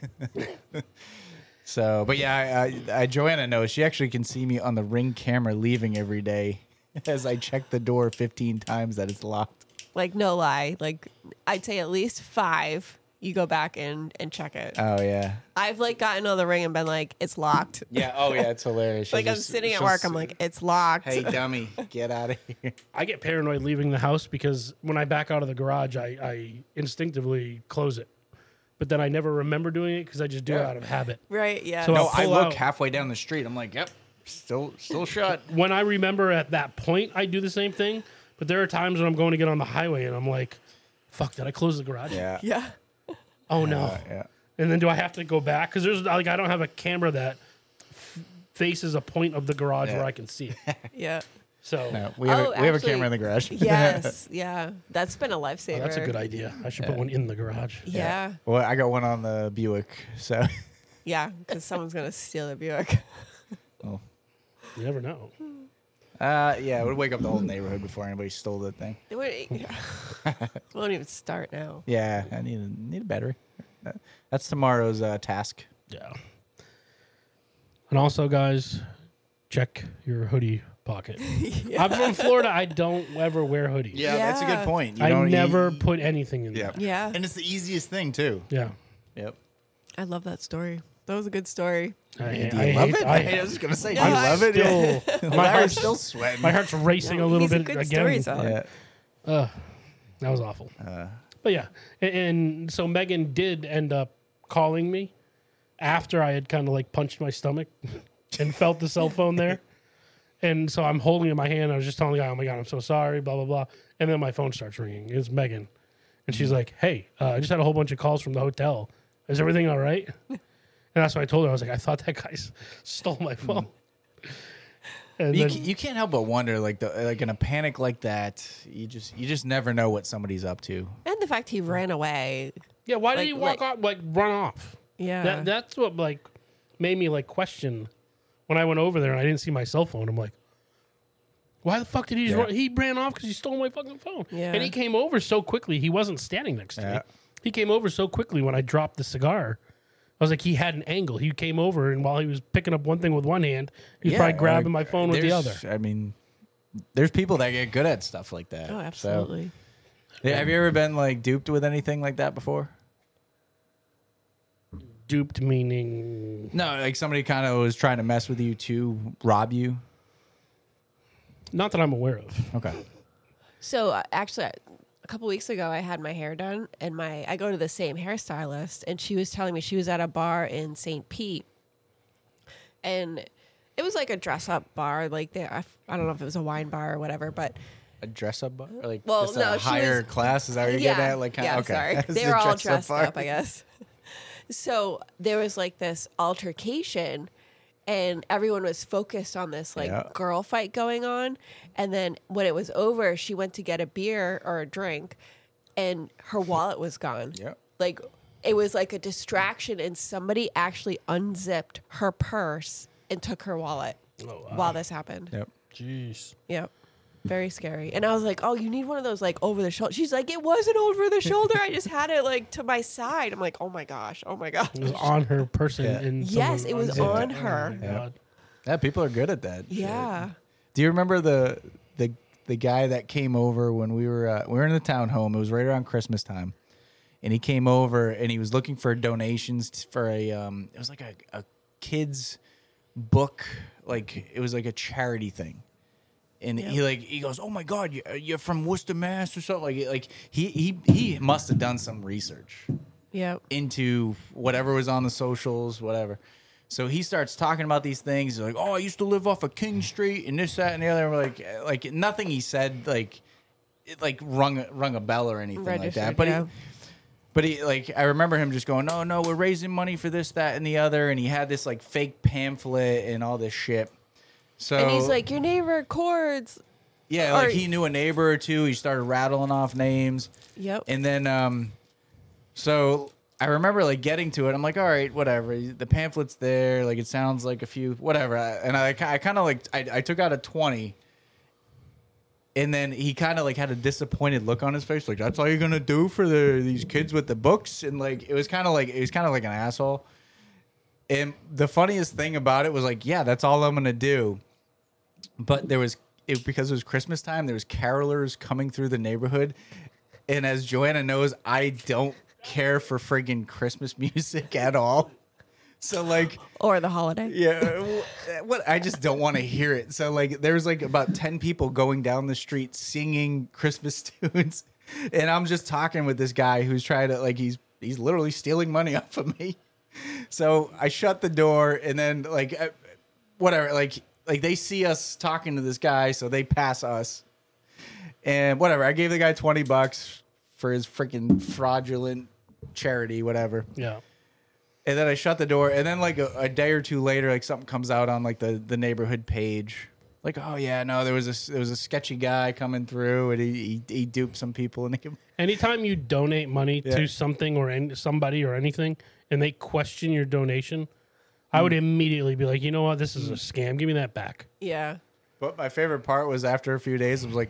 Speaker 2: (laughs) so, but yeah, I, I, I Joanna knows she actually can see me on the ring camera leaving every day (laughs) as I check the door 15 times that it's locked.
Speaker 3: like no lie, like I'd say at least five. You go back and and check it.
Speaker 2: Oh yeah.
Speaker 3: I've like gotten on the ring and been like, it's locked.
Speaker 2: Yeah. Oh yeah. It's hilarious.
Speaker 3: (laughs) like I'm sitting at work, I'm like, it's locked.
Speaker 2: (laughs)
Speaker 3: (laughs)
Speaker 2: Hey dummy, get out of (laughs) here!
Speaker 1: I get paranoid leaving the house because when I back out of the garage, I, I instinctively close it. But then I never remember doing it because I just do it
Speaker 2: Yeah.
Speaker 1: out of habit.
Speaker 3: Right? Yeah.
Speaker 1: So
Speaker 2: No,
Speaker 1: I'll
Speaker 2: Oh, I
Speaker 1: pull
Speaker 2: look
Speaker 1: out-
Speaker 2: halfway down the street. I'm like, yep, still, still shut.
Speaker 1: when I remember at that point, I do the same thing. But there are times when I'm going to get on the highway and I'm like, "Fuck! Did I close the garage?
Speaker 2: (laughs) Yeah,
Speaker 3: (laughs) yeah.
Speaker 1: Oh no!"
Speaker 2: Uh, yeah.
Speaker 1: And then do I have to go back? Because there's like I don't have a camera that f- face is a point of the garage
Speaker 2: Yeah.
Speaker 1: where I can see
Speaker 2: (laughs)
Speaker 1: it.
Speaker 3: Yeah.
Speaker 1: So
Speaker 2: No, we have,
Speaker 3: Oh,
Speaker 2: a, we have a
Speaker 3: actually,
Speaker 2: camera in the garage. (laughs)
Speaker 3: Yes. yeah. That's been a lifesaver.
Speaker 1: oh, that's a good idea. I should put one in the garage.
Speaker 3: Yeah.
Speaker 2: well, I got one on the Buick, so
Speaker 3: Yeah. Because someone's going to steal the Buick.
Speaker 1: You never know.
Speaker 2: uh, yeah, it would wake up (laughs) the whole neighborhood before anybody stole that thing.
Speaker 3: They wouldn't-
Speaker 1: (laughs)
Speaker 3: won't even start now.
Speaker 2: Yeah, I need a, need a battery. That- That's tomorrow's uh, task.
Speaker 1: Yeah. And also, guys, check your hoodie
Speaker 2: (laughs)
Speaker 1: pocket. I'm from Florida. I don't ever wear hoodies.
Speaker 3: that's a good Yeah.
Speaker 2: point.
Speaker 1: I never put anything in
Speaker 2: Yeah.
Speaker 1: there.
Speaker 3: Yeah.
Speaker 2: and it's the easiest thing too.
Speaker 1: Yeah.
Speaker 2: Yep.
Speaker 3: I love that story. That was a good story.
Speaker 1: I,
Speaker 2: Do you
Speaker 1: I
Speaker 2: love
Speaker 1: hate-
Speaker 2: it?
Speaker 1: I-
Speaker 2: (laughs) I, was just gonna say, do
Speaker 3: I
Speaker 2: you love it? (laughs)
Speaker 1: still-
Speaker 2: my
Speaker 1: (laughs) my
Speaker 2: heart's
Speaker 1: heart's-
Speaker 2: still sweating.
Speaker 1: My heart's racing
Speaker 3: No,
Speaker 1: a little
Speaker 3: he's a
Speaker 1: bit
Speaker 3: good
Speaker 1: again.
Speaker 3: storyteller.
Speaker 2: yeah.
Speaker 1: Ugh, that was awful.
Speaker 3: Uh.
Speaker 1: but yeah, and, and so Megan did end up calling me after I had kind of like punched my stomach (laughs) and felt the cell phone
Speaker 3: (laughs)
Speaker 1: there. And so I'm holding it in my hand. I was just telling the guy, "Oh my god, I'm so sorry." Blah blah blah. And then my phone starts ringing. It's Megan, and
Speaker 3: Mm.
Speaker 1: she's like, "Hey, uh, I just had a whole bunch of calls from the hotel. Is everything all
Speaker 3: (laughs)
Speaker 1: right?" And that's what I told her. I was like, "I thought that guy s- stole my phone."
Speaker 3: Mm.
Speaker 1: And
Speaker 2: You,
Speaker 1: then,
Speaker 2: ca- you can't help but wonder, like the like in a panic like that, you just you just never know what somebody's up to.
Speaker 3: And the fact he ran away.
Speaker 1: yeah, why
Speaker 3: like-
Speaker 1: did he walk
Speaker 3: like-
Speaker 1: off? Like run off?
Speaker 3: Yeah.
Speaker 1: That, that's what like made me like question when I went over there and I didn't see my cell phone. I'm like, why the fuck did he? Just
Speaker 2: Yeah.
Speaker 1: run? He ran off because he stole my fucking phone.
Speaker 3: Yeah.
Speaker 1: And he came over so quickly. He wasn't standing next to
Speaker 2: Yeah.
Speaker 1: me. He came over so quickly when I dropped the cigar. I was like, he had an angle. He came over and while he was picking up one thing with one hand, he was
Speaker 2: Yeah,
Speaker 1: probably grabbing my
Speaker 2: like,
Speaker 1: phone with the other.
Speaker 2: there's- I mean, there's people that get good at stuff like that.
Speaker 3: oh,
Speaker 2: so-
Speaker 3: absolutely.
Speaker 2: Yeah, have you ever been like duped with anything like that before?
Speaker 1: Duped meaning
Speaker 2: No, like somebody kind of was trying to mess with you to rob you.
Speaker 1: not that I'm aware of.
Speaker 2: Okay.
Speaker 3: So uh, actually, a couple weeks ago, I had my hair done, and my I go to the same hairstylist, and she was telling me she was at a bar in St. Pete, and it was like a dress up bar, like they, I, f- I don't know if it was a wine bar or whatever, but
Speaker 2: A dress up bar? Or, Like
Speaker 3: Well,
Speaker 2: just
Speaker 3: no, she
Speaker 2: a
Speaker 3: was-
Speaker 2: higher class? Is that what you're getting at? Like, kinda,
Speaker 3: yeah,
Speaker 2: okay. (laughs)
Speaker 3: sorry.
Speaker 2: It's
Speaker 3: They
Speaker 2: a
Speaker 3: were all
Speaker 2: dress-up
Speaker 3: dressed
Speaker 2: bar.
Speaker 3: up, I guess. (laughs) So there was like this altercation, and everyone was focused on this like
Speaker 2: Yeah.
Speaker 3: girl fight going on. And then when it was over, she went to get a beer or a drink, and
Speaker 2: (laughs)
Speaker 3: her wallet was gone.
Speaker 2: Yeah.
Speaker 3: Like it was like a distraction, and somebody actually unzipped her purse and took her wallet
Speaker 2: Oh,
Speaker 3: while this happened.
Speaker 2: Yep.
Speaker 1: Jeez.
Speaker 3: Yep. Very scary. And I was like, oh, you need one of those like over the shoulder. She's like, it wasn't over the shoulder. I just had it like to my side. I'm like, oh my gosh. Oh
Speaker 2: (laughs)
Speaker 3: my gosh.
Speaker 1: It was on her person
Speaker 2: Yeah.
Speaker 1: and
Speaker 3: Yes,
Speaker 1: someone
Speaker 3: it was
Speaker 1: unzipped it.
Speaker 3: on
Speaker 1: Oh my
Speaker 3: her.
Speaker 2: Yeah.
Speaker 1: God.
Speaker 2: Yeah, people are good at that. shit.
Speaker 3: Yeah.
Speaker 2: Do you remember the the the guy that came over when we were uh, we were in the townhome? It was right around Christmas time, and he came over and he was looking for donations t- for a um it was like a, a kids book like it was like a charity thing. And he like he goes, oh my god, you- you're from Worcester, Mass, or something like like he he he must have done some research
Speaker 3: Yep.
Speaker 2: into whatever was on the socials, whatever. So he starts talking about these things. He's like, "Oh, I used to live off of King Street and this, that, and the other." We're like, eh, like nothing he said like, it like rung rung a bell or anything like that.
Speaker 3: Registered,
Speaker 2: But
Speaker 3: yeah.
Speaker 2: he, but he like I remember him just going, "No, no, we're raising money for this, that, and the other." And he had this like fake pamphlet and all this shit. So
Speaker 3: And he's like, your neighbor chords.
Speaker 2: yeah,
Speaker 3: Or-
Speaker 2: like he knew a neighbor or two. He started rattling off names.
Speaker 3: Yep.
Speaker 2: And then, um, so I remember like getting to it. I'm like, all right, whatever. The pamphlet's there. Like it sounds like a few, whatever. I- And I, I kind of like, I, I took out a 20. And then he kind of like had a disappointed look on his face, like that's all you're gonna do for the these kids with the books, and like it was kind of like it was kind of like an asshole. And the funniest thing about it was like, yeah, that's all I'm gonna do. But there was it because it was Christmas time. There was carolers coming through the neighborhood, and as Joanna knows, I don't care for friggin' Christmas (laughs) music at all. So like,
Speaker 3: Or the holiday.
Speaker 2: yeah, uh, w- what I just don't want to hear it. So like, there was like about ten people going down the street singing Christmas (laughs) tunes, and I'm just talking with this guy who's trying to like he's he's literally stealing money (laughs) off of me. So I shut the door, and then like, I- whatever, like like they see us talking to this guy, so they pass us, and whatever. I gave the guy twenty bucks for his freaking fraudulent charity, whatever.
Speaker 1: Yeah.
Speaker 2: And then I shut the door. And then like a, a day or two later, like something comes out on like the, the neighborhood page. Like, oh yeah, no, there was a there was a sketchy guy coming through, and he he, he duped some people, and he,
Speaker 1: Anytime you donate money
Speaker 2: Yeah.
Speaker 1: to something or any, somebody or anything, and they question your donation, I would immediately be like, you know what, this is a scam. Give me that back.
Speaker 3: Yeah.
Speaker 2: (laughs) But my favorite part was after a few days, it was like,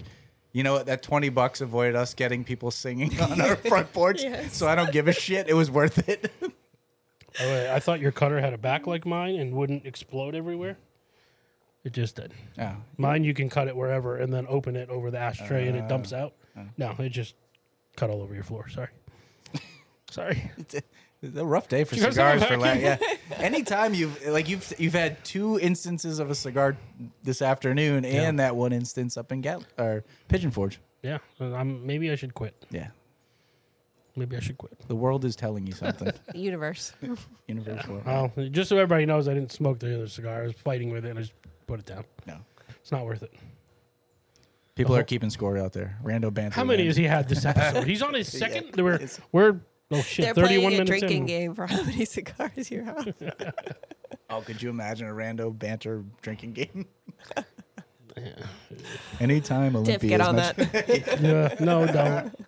Speaker 2: you know what? That 20 bucks avoided us getting people singing on our front porch.
Speaker 3: Yes.
Speaker 2: So I don't give a shit. It was worth it.
Speaker 1: By the way, I thought your cutter had a back like mine and wouldn't explode everywhere. It just did.
Speaker 2: Oh,
Speaker 1: Mine, you can cut it wherever and then open it over the ashtray and it dumps out. No, it just cut all over your floor. Sorry. Sorry.
Speaker 2: it's a, it's a rough day for
Speaker 1: You guys
Speaker 2: cigars
Speaker 1: have a
Speaker 2: for like yeah. Anytime you've like you've you've had two instances of a cigar this afternoon and that one instance up in Gat or Pigeon Forge.
Speaker 1: Yeah. I'm, maybe I should quit.
Speaker 2: Yeah.
Speaker 1: Maybe I should quit.
Speaker 2: The world is telling
Speaker 1: (laughs)
Speaker 2: you something.
Speaker 3: Universe.
Speaker 2: Universe world.
Speaker 1: Well, just so everybody knows, I didn't smoke the other cigar. I was fighting with it and I just put it down.
Speaker 2: No.
Speaker 1: It's not worth it.
Speaker 2: People are keeping score out there. Rando Banter.
Speaker 1: How many
Speaker 2: land.
Speaker 1: has he had this episode? He's on
Speaker 2: (laughs)
Speaker 1: his second. we're
Speaker 2: it's-
Speaker 1: we're oh shit,
Speaker 3: They're
Speaker 1: thirty-one
Speaker 3: playing a
Speaker 1: minutes
Speaker 3: drinking
Speaker 1: in.
Speaker 3: game for how many (laughs) cigars you have.
Speaker 2: Oh, could you imagine a rando banter
Speaker 1: (laughs)
Speaker 2: drinking game? Anytime Olympia
Speaker 3: Tiff, get
Speaker 2: is
Speaker 3: on
Speaker 2: mentioned-
Speaker 3: that. (laughs)
Speaker 1: Yeah, no, don't.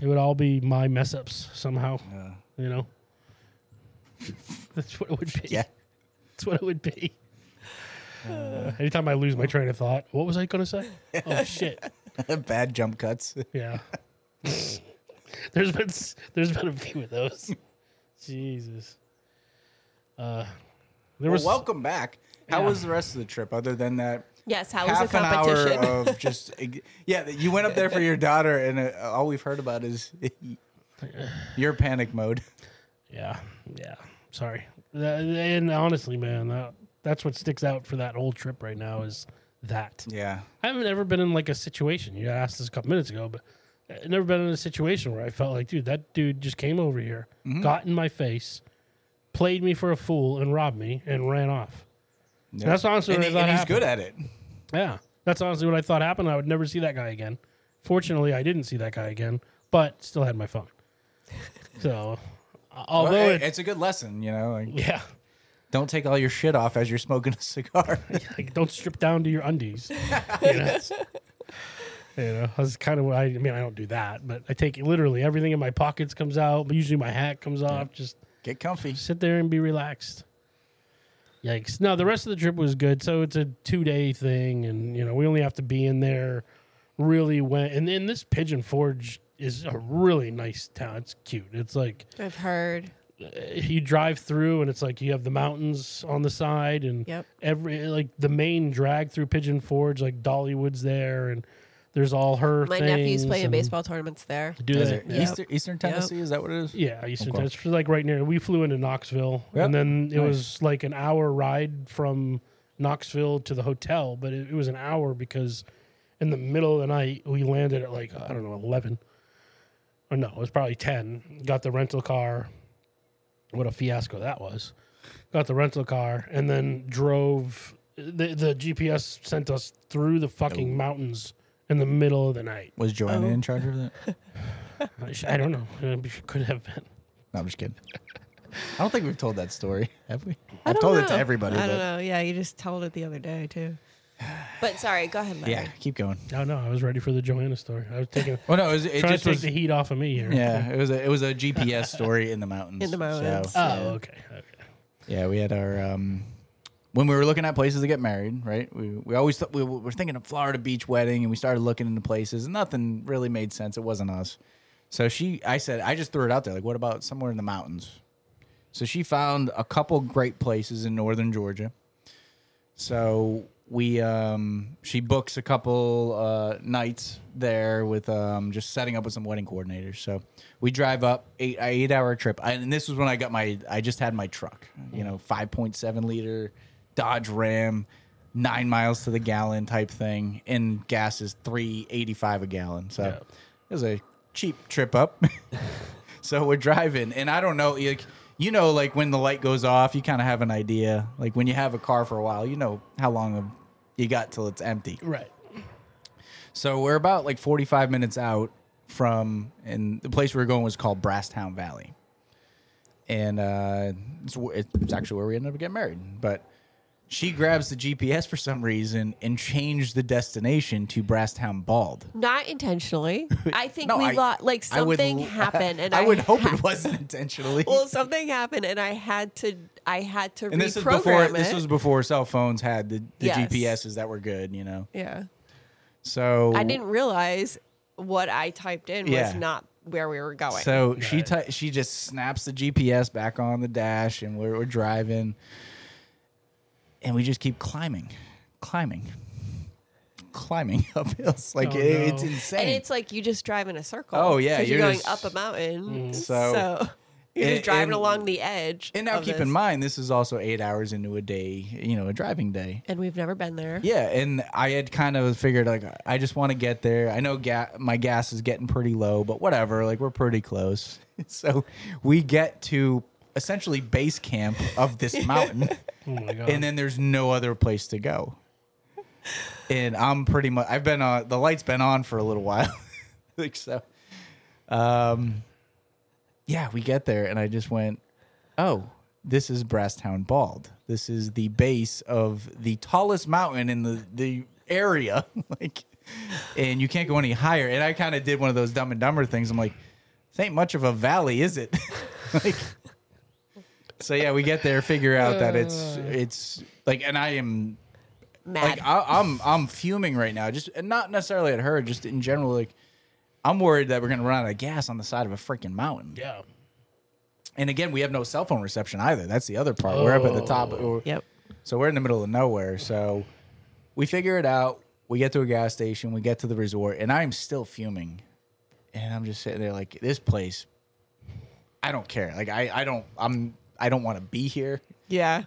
Speaker 1: It would all be my mess ups somehow.
Speaker 2: Yeah.
Speaker 1: You know, (laughs) that's what it would be.
Speaker 2: Yeah. (laughs)
Speaker 1: that's what it would
Speaker 3: (sighs)
Speaker 1: be. Uh, anytime I lose my train of thought, what was I going to say?
Speaker 3: (laughs)
Speaker 1: Oh shit,
Speaker 2: Bad jump cuts.
Speaker 1: yeah. (laughs) there's been s- there's been a few of those. (laughs) Jesus. Uh, there
Speaker 2: Well,
Speaker 1: was
Speaker 2: welcome back. How
Speaker 1: Yeah.
Speaker 2: was the rest of the trip other than that
Speaker 3: Yes, how was the
Speaker 2: half an hour
Speaker 3: competition?
Speaker 2: of
Speaker 3: (laughs)
Speaker 2: just yeah, that you went up there for your daughter and uh, all we've heard about
Speaker 1: (laughs)
Speaker 2: is your panic mode. (laughs)
Speaker 1: Yeah, yeah. Sorry. That- and honestly, man, that, that's what sticks out for that whole trip right now is that
Speaker 2: Yeah.
Speaker 1: I haven't ever been in like a situation. You asked this a couple minutes ago, but I've never been in a situation where I felt like, dude, that dude just came over here, got in my face, played me for a fool, and robbed me and ran off.
Speaker 2: Yeah.
Speaker 1: That's honestly
Speaker 2: And,
Speaker 1: what
Speaker 2: he-
Speaker 1: I thought
Speaker 2: and he's
Speaker 1: happened.
Speaker 2: good at it.
Speaker 1: Yeah, that's honestly what I thought happened. I would never see that guy again. Fortunately, I didn't see that guy again, but still had my phone. So, although
Speaker 2: Well,
Speaker 1: it,
Speaker 2: it- it's a good lesson, you know. Like,
Speaker 1: yeah.
Speaker 2: don't take all your shit off as you're smoking a (laughs) cigar.
Speaker 1: like don't strip down to your undies. You know, you know that's kind of what I, I mean. I don't do that, but I take literally everything in my pockets comes out. But usually my hat comes off. Just
Speaker 2: Get comfy.
Speaker 1: sit there and be relaxed. Yikes! No, the rest of the trip was good. So it's a two day thing, and you know we only have to be in there really when. And then this Pigeon Forge is a really nice town. It's cute. It's like eh,
Speaker 3: I've heard.
Speaker 1: you drive through and it's like you have the mountains on the side and
Speaker 3: Yep.
Speaker 1: every like the main drag through Pigeon Forge like Dollywood's there and there's all her
Speaker 3: My
Speaker 1: things
Speaker 3: nephews play in
Speaker 1: and-
Speaker 3: baseball tournaments there.
Speaker 1: do
Speaker 2: Is
Speaker 1: that
Speaker 2: it
Speaker 1: yeah.
Speaker 2: Eastern, Eastern Tennessee? Is that what it is?
Speaker 1: yeah Eastern
Speaker 2: Okay.
Speaker 1: Tennessee. It's like right near we flew into Knoxville
Speaker 2: Yep.
Speaker 1: and then it
Speaker 2: Nice.
Speaker 1: was like an hour ride from Knoxville to the hotel but it, it was an hour because in the middle of the night we landed at like I don't know 11 or no it was probably 10 got the rental car what a fiasco that was. Got the rental car and then drove. The, the GPS sent us through the
Speaker 2: Oh.
Speaker 1: fucking mountains in the middle of the night.
Speaker 2: Was Joanna
Speaker 3: Oh.
Speaker 2: in charge of that?
Speaker 1: I sh- I don't know. (laughs) It could have been.
Speaker 2: No, I'm just kidding. I don't think we've told that story, (laughs) have we?
Speaker 3: I
Speaker 2: I've
Speaker 3: don't
Speaker 2: told it
Speaker 3: know.
Speaker 2: to everybody.
Speaker 3: I
Speaker 2: but
Speaker 3: don't know. Yeah, you just told it the other
Speaker 2: (sighs)
Speaker 3: day too. But sorry, go ahead, Larry.
Speaker 2: Yeah, keep going.
Speaker 1: No, no. I was ready for the Joanna story. I was taking
Speaker 2: Well, Oh, no, it, was, it
Speaker 1: trying
Speaker 2: just
Speaker 1: to take
Speaker 2: was.
Speaker 1: the heat off of me here.
Speaker 2: Yeah, it was a it was a GPS story in the mountains.
Speaker 3: In the mountains.
Speaker 1: Oh, okay. Okay.
Speaker 2: yeah, we had our um, when we were looking at places to get married, right? We we always thought we were thinking of Florida beach wedding, and we started looking into places, and nothing really made sense. It wasn't us. So she, I said, I just threw it out there. Like, what about somewhere in the mountains? So she found a couple great places in northern Georgia. So we um she books a couple uh nights there with um just setting up with some wedding coordinators. So we drive up eight a eight hour trip. I, and this was when I got my I just had my truck, you know, five point seven liter Dodge Ram, nine miles to the gallon type thing, and gas is three eighty five a gallon. So
Speaker 1: Yeah.
Speaker 2: it was a cheap trip up. (laughs) So we're driving, and I don't know, like you know, like when the light goes off, you kind of have an idea. Like when you have a car for a while, you know how long of- you got till it's empty.
Speaker 1: Right.
Speaker 2: So we're about like 45 minutes out from, and the place we were going was called Brasstown Valley. and uh, it's, wh- it's actually where we ended up getting married. But she grabs the GPS for some reason and changed the destination to Brasstown Bald.
Speaker 3: Not
Speaker 2: (laughs)
Speaker 3: intentionally. I think
Speaker 2: No,
Speaker 3: we
Speaker 2: I-
Speaker 3: lost. Like
Speaker 2: I would
Speaker 3: something
Speaker 2: l- (laughs)
Speaker 3: happened, and
Speaker 2: I,
Speaker 3: I,
Speaker 2: would hope
Speaker 3: ha-
Speaker 2: it wasn't intentionally.
Speaker 3: Well, something happened, and I had to. I had to
Speaker 2: and
Speaker 3: reprogram
Speaker 2: this is before
Speaker 3: it.
Speaker 2: this was before cell phones had the, the
Speaker 3: Yes.
Speaker 2: GPSs that were good, you know.
Speaker 3: yeah.
Speaker 2: So
Speaker 3: I didn't realize what I typed in
Speaker 2: Yeah.
Speaker 3: was not where we were going.
Speaker 2: So she ti she just snaps the GPS back on the dash, and we're, we're driving, and we just keep climbing, climbing, climbing (laughs) up hills. Like
Speaker 1: Oh,
Speaker 2: it- it's
Speaker 1: no.
Speaker 2: insane.
Speaker 3: and it's like you just drive in a circle.
Speaker 2: Oh, yeah,
Speaker 3: 'cause you're,
Speaker 2: you're
Speaker 3: going
Speaker 2: just- Mm.
Speaker 3: up a mountain.
Speaker 2: So-
Speaker 3: So, (laughs) you're
Speaker 2: And-
Speaker 3: just driving
Speaker 2: and-
Speaker 3: along the edge.
Speaker 2: and now
Speaker 3: of
Speaker 2: keep
Speaker 3: this.
Speaker 2: in mind, this is also eight hours into a day, you know, a driving day.
Speaker 3: and we've never been there.
Speaker 2: Yeah, and I had kind of figured like I just want to get there. I know ga- my gas is getting pretty low, but whatever. Like we're pretty close, (laughs) so we get to essentially base camp of
Speaker 1: (laughs)
Speaker 2: this mountain.
Speaker 1: Oh my god.
Speaker 2: and then there's no other place to go. And I'm pretty much I've been on the light's been on for a little while. (laughs) like so. Um yeah, we get there and I just went, "Oh, this is Brasstown Bald. This is the base of the tallest mountain in the the area." (laughs) like and you can't go any higher. And I kind of did one of those dumb and dumber things. I'm like, "This ain't much of a valley, is it?" (laughs) like so yeah, we get there, figure out that it's it's like, and I am
Speaker 3: Mad.
Speaker 2: like I, I'm I'm fuming right now, just and not necessarily at her, just in general. Like I'm worried that we're gonna run out of gas on the side of a freaking mountain.
Speaker 1: yeah.
Speaker 2: And again, we have no cell phone reception either. That's the other part. We're up at the top.
Speaker 3: yep.
Speaker 2: So we're in the middle of nowhere. So we figure it out. We get to a gas station. We get to the resort, and I'm still fuming. And I'm just sitting there like, this place. I don't care. Like I, I don't. I'm. I don't want to be here.
Speaker 3: Yeah.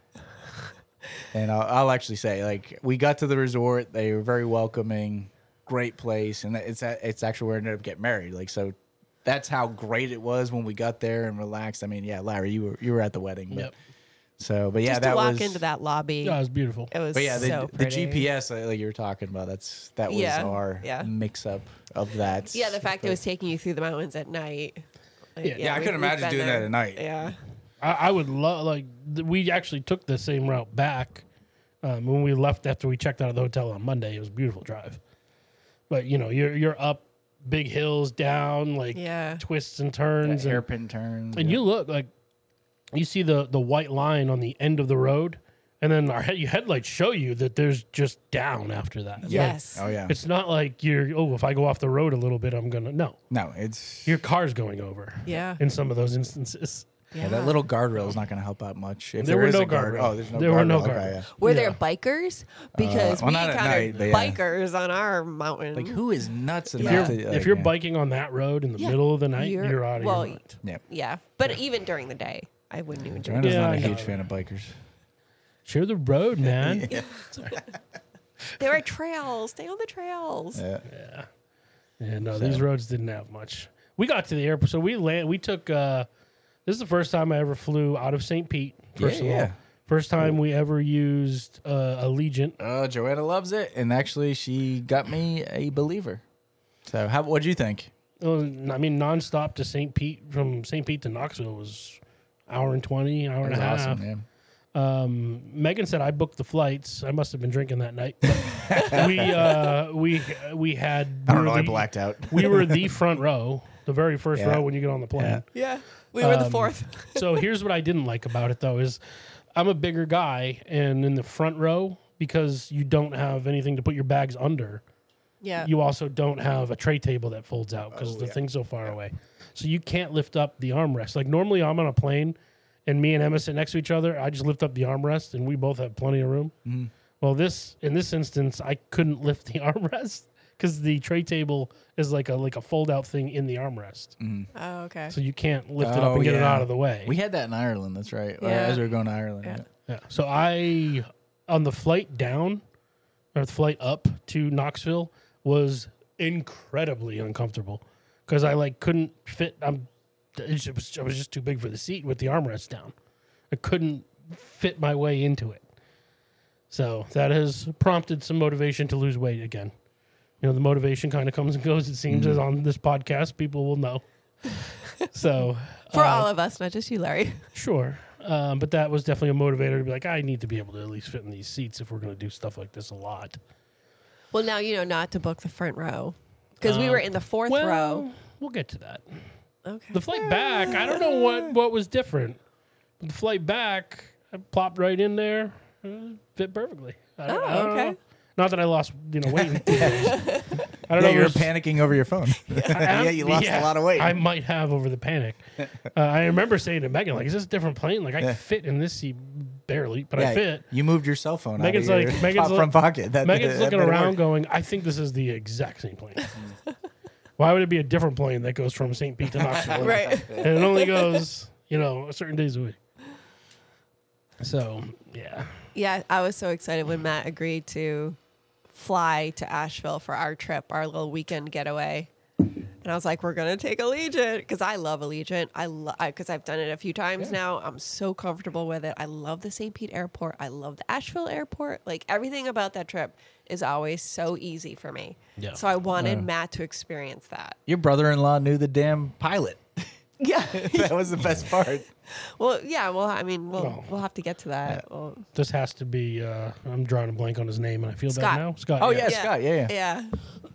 Speaker 2: And I'll, I'll actually say, like, we got to the resort. They were very welcoming, great place, and it's a- it's actually where I ended up getting married. Like, so that's how great it was when we got there and relaxed. I mean, yeah, Larry, you were you were at the wedding, but
Speaker 1: Yep.
Speaker 2: so, but yeah,
Speaker 3: just
Speaker 2: that
Speaker 3: to walk
Speaker 2: was.
Speaker 3: into that lobby.
Speaker 1: Yeah, it was beautiful.
Speaker 3: It was
Speaker 2: but yeah, the,
Speaker 3: so
Speaker 2: the
Speaker 3: pretty.
Speaker 2: GPS uh, like you were talking about, that's that was
Speaker 3: Yeah,
Speaker 2: our
Speaker 3: yeah.
Speaker 2: mix up of that.
Speaker 3: Yeah, the fact it was taking you through the mountains at night. Like,
Speaker 1: Yeah. Yeah,
Speaker 2: I
Speaker 3: we-
Speaker 2: couldn't
Speaker 3: we've
Speaker 2: imagine
Speaker 3: been
Speaker 2: doing that
Speaker 3: there.
Speaker 2: at night.
Speaker 3: Yeah.
Speaker 1: I, I would love like th- we actually took the same route back um, when we left after we checked out of the hotel on Monday. It was a beautiful drive, but you know you're you're up big hills, down like
Speaker 3: Yeah.
Speaker 1: twists and turns, and,
Speaker 2: hairpin turns.
Speaker 1: and you look like you see the the white line on the end of the road, and then our head, your headlights show you that there's just down after that. Like,
Speaker 3: Yes.
Speaker 2: Oh yeah.
Speaker 1: it's not like you're oh if I go off the road a little bit I'm gonna no
Speaker 2: no, it's
Speaker 1: your car's going over
Speaker 3: Yeah.
Speaker 1: in some of those instances.
Speaker 2: yeah, that little guardrail is not going to help out much. If
Speaker 1: There
Speaker 2: there,
Speaker 1: were
Speaker 2: is
Speaker 1: no
Speaker 2: a guard,
Speaker 1: guardrail.
Speaker 2: Oh, there's no
Speaker 1: There were no
Speaker 2: guardrail. Okay,
Speaker 1: guardrails.
Speaker 2: yeah. Uh,
Speaker 3: Were
Speaker 1: Yeah.
Speaker 3: there bikers? Because
Speaker 2: well,
Speaker 3: we
Speaker 2: not at night,
Speaker 3: encountered
Speaker 2: but yeah.
Speaker 3: bikers on our mountain.
Speaker 2: Like who is nuts enough
Speaker 1: If
Speaker 2: to
Speaker 1: you're,
Speaker 2: like,
Speaker 1: if you're
Speaker 2: yeah.
Speaker 1: biking on that road in the
Speaker 3: Yeah,
Speaker 1: middle of the night, you're,
Speaker 3: you're-
Speaker 1: out of
Speaker 3: well,
Speaker 1: your mind.
Speaker 2: Yeah.
Speaker 3: yeah. But even during the day, I wouldn't even drink.
Speaker 2: Joanna's
Speaker 1: Yeah,
Speaker 2: not
Speaker 1: I
Speaker 2: a
Speaker 1: know.
Speaker 2: huge fan of bikers.
Speaker 1: Share the road, man. yeah.
Speaker 2: (laughs) Yeah.
Speaker 3: There are trails. Stay on the trails.
Speaker 2: yeah.
Speaker 1: no, uh, these roads didn't have much. We got to the airport, so we land. We took. Uh, this is the first time I ever flew out of St. Pete. First
Speaker 2: Yeah,
Speaker 1: of all,
Speaker 2: yeah.
Speaker 1: first time we ever used uh, Allegiant.
Speaker 2: Uh, Joanna loves it, and actually, she got me a believer. So, how? What do you think?
Speaker 1: Oh, I mean, nonstop to St. Pete from St. Pete to Knoxville was hour and twenty, hour and a
Speaker 2: That
Speaker 1: half.
Speaker 2: was awesome. Yeah.
Speaker 1: Um, Megan said I booked the flights. I must have been drinking that night. But (laughs) we uh, we we had.
Speaker 2: I don't
Speaker 1: we
Speaker 2: know.
Speaker 1: were
Speaker 2: I
Speaker 1: the-
Speaker 2: blacked out.
Speaker 1: we were the front row, the very first
Speaker 2: Yeah.
Speaker 1: row when you get on the plane.
Speaker 3: Yeah. We were the
Speaker 1: Um,
Speaker 3: fourth.
Speaker 1: so here's what I didn't like about it though is I'm a bigger guy and in the front row because you don't have anything to put your bags under.
Speaker 2: Uh,
Speaker 3: Yeah.
Speaker 1: You also don't have a tray table that folds out
Speaker 2: Oh,
Speaker 1: because the thing's so far away. So you can't lift up the armrest. Like normally I'm on a plane and me and Emma sit next to each other. I just lift up the armrest and we both have plenty of room.
Speaker 2: Mm-hmm.
Speaker 1: Well, this in this instance I couldn't lift the (laughs) armrest because the tray table is like a like a fold out thing in the armrest.
Speaker 3: oh, okay.
Speaker 1: So you can't lift it up and
Speaker 2: Mm-hmm. Oh,
Speaker 1: get it
Speaker 2: yeah.
Speaker 1: out of the way.
Speaker 2: We had that in Ireland. That's right. Or
Speaker 3: Yeah.
Speaker 2: As we were going to Ireland. Yeah.
Speaker 1: Yeah. So I on the flight down or the flight up to Knoxville was incredibly uncomfortable because I like couldn't fit. I'm it was, I was just too big for the seat with the armrest down. I couldn't fit my way into it. So that has prompted some motivation to lose weight again.
Speaker 3: Mm-hmm.
Speaker 1: You know, the motivation kind of comes and goes. It seems as on this podcast, people will know. (laughs) so
Speaker 3: For
Speaker 1: uh,
Speaker 3: all of us, not just you, Larry.
Speaker 1: Sure. Um, but that was definitely a motivator to be like, I need to be able to at least fit in these seats if we're going to do stuff like this a lot.
Speaker 3: Well, now you know not to book the front row because we
Speaker 1: Um,
Speaker 3: were in the fourth row.
Speaker 1: we'll get to that.
Speaker 3: Okay.
Speaker 1: The flight back, I don't know what, what was different. But the flight back, I plopped right in there, uh, fit perfectly. I don't,
Speaker 3: Oh,
Speaker 1: I don't
Speaker 3: okay.
Speaker 1: know. Not that I lost, you know,
Speaker 3: (laughs)
Speaker 1: weight. in two days. I don't know.
Speaker 2: Yeah, you were
Speaker 1: there's-
Speaker 2: panicking over your phone.
Speaker 1: (laughs) I-
Speaker 2: (laughs) yeah, you lost
Speaker 1: yeah,
Speaker 2: a lot of weight.
Speaker 1: I might have over the
Speaker 2: (laughs)
Speaker 1: panic. Uh, I remember saying to Megan, like, is this a different plane? Like, I fit in this seat barely, but
Speaker 2: yeah,
Speaker 1: I fit.
Speaker 2: You moved your cell phone
Speaker 1: Megan's
Speaker 2: out of
Speaker 1: like-
Speaker 2: your
Speaker 1: Megan's
Speaker 2: front
Speaker 1: look-
Speaker 2: pocket. That,
Speaker 1: Megan's
Speaker 2: that
Speaker 1: looking
Speaker 2: better
Speaker 1: around,
Speaker 2: work.
Speaker 1: going, "I think this is the exact same
Speaker 3: (laughs)
Speaker 1: plane. Why would it be a different plane that goes from St.
Speaker 3: (laughs)
Speaker 1: Pete to Knoxville,
Speaker 3: right.
Speaker 1: and it only goes, you know, certain days a week?" So yeah,
Speaker 3: Yeah, I was so excited when Matt agreed to fly to Asheville for our trip, our little weekend getaway. And I was like, we're going to take Allegiant because I love Allegiant. I love, because I've done it a few times now. I'm so comfortable with it. I love the St. Pete airport. I love the Asheville airport. Like everything about that trip is always so easy for me.
Speaker 1: Yeah.
Speaker 3: So I wanted Matt to experience that.
Speaker 2: Your brother-in-law knew the damn pilot. (laughs)
Speaker 3: Yeah.
Speaker 2: that was the best part.
Speaker 3: well, yeah. Well, I mean, we'll,
Speaker 1: Oh.
Speaker 3: we'll have to get to that. Well,
Speaker 1: this has to be. Uh, I'm drawing a blank on his name, and I feel
Speaker 3: Scott.
Speaker 1: bad now. Scott.
Speaker 2: Oh, yes. Scott, yeah, yeah.
Speaker 3: Yeah.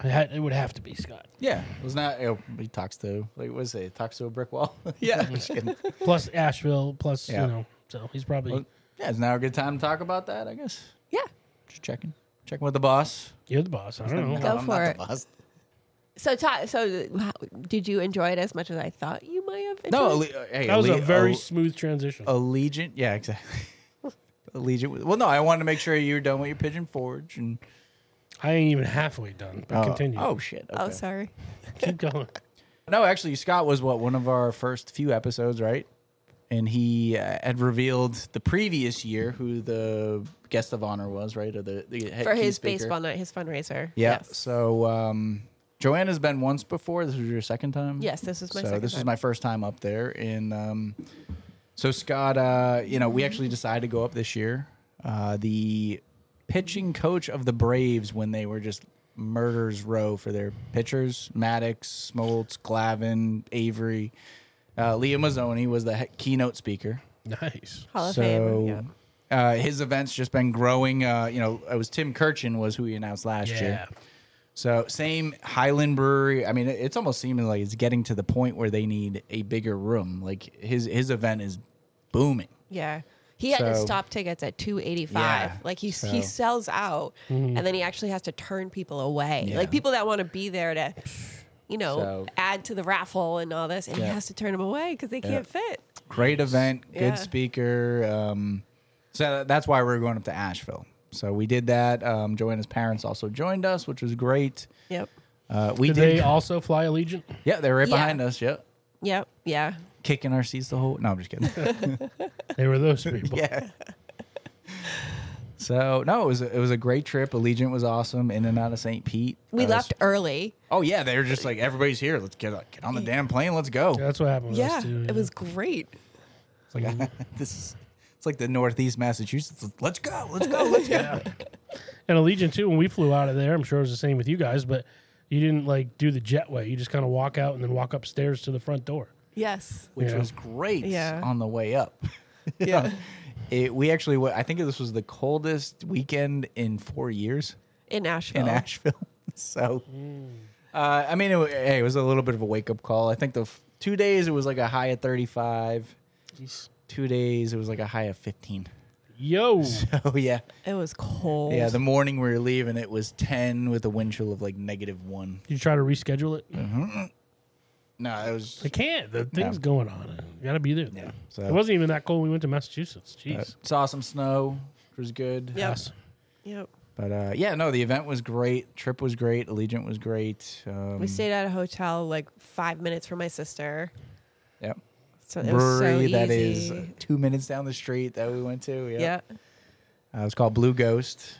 Speaker 1: I had, it would have to be Scott.
Speaker 2: Yeah, it was not. oh, he talks to like was it? Talks to a brick wall. (laughs)
Speaker 3: Yeah.
Speaker 2: I'm
Speaker 1: (laughs)
Speaker 2: just kidding.
Speaker 1: Plus Asheville. Plus
Speaker 2: Yeah.
Speaker 1: you know. So he's probably.
Speaker 2: Well, yeah, it's now a good time to talk about that. I guess
Speaker 3: Yeah.
Speaker 2: just checking, checking with the boss.
Speaker 1: you're the boss. I don't know.
Speaker 3: Go
Speaker 2: I'm
Speaker 3: for
Speaker 2: not
Speaker 3: it.
Speaker 1: (laughs)
Speaker 2: The boss.
Speaker 3: So, Todd, so how, did you enjoy it as much as I thought you might have? Enjoyed?
Speaker 2: No, Alle- uh, hey,
Speaker 1: That was a
Speaker 2: Alle-
Speaker 1: very
Speaker 2: Al-
Speaker 1: smooth transition.
Speaker 2: Oh. Allegiant. Yeah, exactly. (laughs) Allegiant. was- Well, no, I wanted to make sure you were done with your pigeon forge and
Speaker 1: I ain't even halfway done. But
Speaker 2: Oh,
Speaker 1: continue.
Speaker 2: Oh shit. Okay.
Speaker 3: Oh, sorry.
Speaker 1: keep going. (laughs)
Speaker 2: No, actually, Scott was what one of our first few episodes, right? And he uh, had revealed the previous year who the guest of honor was, right? Or the, the head
Speaker 3: For
Speaker 2: key
Speaker 3: his
Speaker 2: speaker.
Speaker 3: baseball night, his fundraiser.
Speaker 2: Yeah.
Speaker 3: Yes.
Speaker 2: So um, Joanna's been once before. This was your second time.
Speaker 3: Yes, this was my
Speaker 2: so
Speaker 3: second
Speaker 2: this was
Speaker 3: time.
Speaker 2: my first time up there, and um, so Scott, uh, you know, we actually decided to go up this year. Uh, the pitching coach of the Braves when they were just murders row for their pitchers: Maddox, Smoltz, Glavin, Avery. Uh, Leah Mazzoni was the he- keynote speaker
Speaker 1: Nice.
Speaker 3: Hall of
Speaker 2: so,
Speaker 3: Fame. Yeah.
Speaker 2: Uh, his event's just been growing. Uh, you know, it was Tim Kirchin was who he announced last year.
Speaker 1: Yeah.
Speaker 2: So same Highland Brewery. I mean, it- it's almost seeming like it's getting to the point where they need a bigger room. Like his his event is booming.
Speaker 3: Yeah. He had to
Speaker 2: So-
Speaker 3: stop tickets at 285.
Speaker 2: Yeah.
Speaker 3: Like he
Speaker 2: So- Mm-hmm.
Speaker 3: he sells out and then he actually has to turn people away.
Speaker 2: Yeah.
Speaker 3: Like people that want to be there to you know,
Speaker 2: So-
Speaker 3: add to the raffle and all this and he
Speaker 2: Yeah.
Speaker 3: has to turn them away cuz they can't fit.
Speaker 2: Great event, good
Speaker 3: Yeah.
Speaker 2: speaker. Um, so that's why we're going up to Asheville. So we did that. Um, Joanna's parents also joined us, which was great.
Speaker 3: Yep.
Speaker 2: Uh, we
Speaker 1: Did
Speaker 2: did.
Speaker 1: they also fly Allegiant?
Speaker 2: yeah, they were right
Speaker 3: Yeah.
Speaker 2: behind us. Yep.
Speaker 3: Yep. Yeah.
Speaker 2: Kicking our seats the whole. No, I'm just kidding.
Speaker 1: (laughs) They were those
Speaker 3: (laughs)
Speaker 1: people.
Speaker 2: yeah. So no, it was a, it was a great trip. Allegiant was awesome. In and out of St. Pete.
Speaker 3: We
Speaker 2: Uh,
Speaker 3: left early.
Speaker 2: Oh yeah, they were just like everybody's here. Let's get get on the damn plane. Let's go.
Speaker 1: Yeah, "Mm." that's what happened. With
Speaker 3: Yeah.
Speaker 1: us too,
Speaker 3: It was great.
Speaker 2: It's
Speaker 3: (laughs)
Speaker 2: like this is it's like the Northeast Massachusetts. Let's go. Let's go. Let's go.
Speaker 1: yeah. And Allegiant too. When we flew out of there, I'm sure it was the same with you guys, but you didn't like do the jetway. You just kind of walk out and then walk upstairs to the front door.
Speaker 3: Yes.
Speaker 2: Which
Speaker 1: Yeah.
Speaker 2: was great
Speaker 3: Yeah.
Speaker 2: on the way up. (laughs)
Speaker 3: Yeah.
Speaker 2: It, we actually went, I think this was the coldest weekend in four years
Speaker 3: In Asheville.
Speaker 2: in Asheville. (laughs) So uh, I mean, it, wa- hey, it was a little bit of a wake up call. I think the f- two days it was like a high of 35. Two days it was like a high of (laughs) 15.
Speaker 1: Yo.
Speaker 2: Oh yeah.
Speaker 3: It was cold.
Speaker 2: Yeah, the morning we were leaving, it was ten with a wind chill of like negative one.
Speaker 1: You try to reschedule it?
Speaker 2: Mm-hmm. No, it was.
Speaker 1: They can't. The thing's
Speaker 2: Yeah.
Speaker 1: going on. You gotta be there.
Speaker 2: Yeah,
Speaker 1: It
Speaker 2: so
Speaker 1: wasn't even that cold. when We went to Massachusetts. Jeez.
Speaker 2: saw some snow, which was good.
Speaker 3: Yep.
Speaker 1: Yes.
Speaker 3: Yep.
Speaker 2: But uh, yeah, no, the event was great. Trip was great. Allegiant was great. Um,
Speaker 3: We stayed at a hotel like five minutes from my sister.
Speaker 2: Yep.
Speaker 3: So it was so
Speaker 2: Brewery
Speaker 3: easy.
Speaker 2: that is uh, two minutes down the street that we went to. Yeah.
Speaker 3: yeah.
Speaker 2: Uh, it was called Blue Ghost.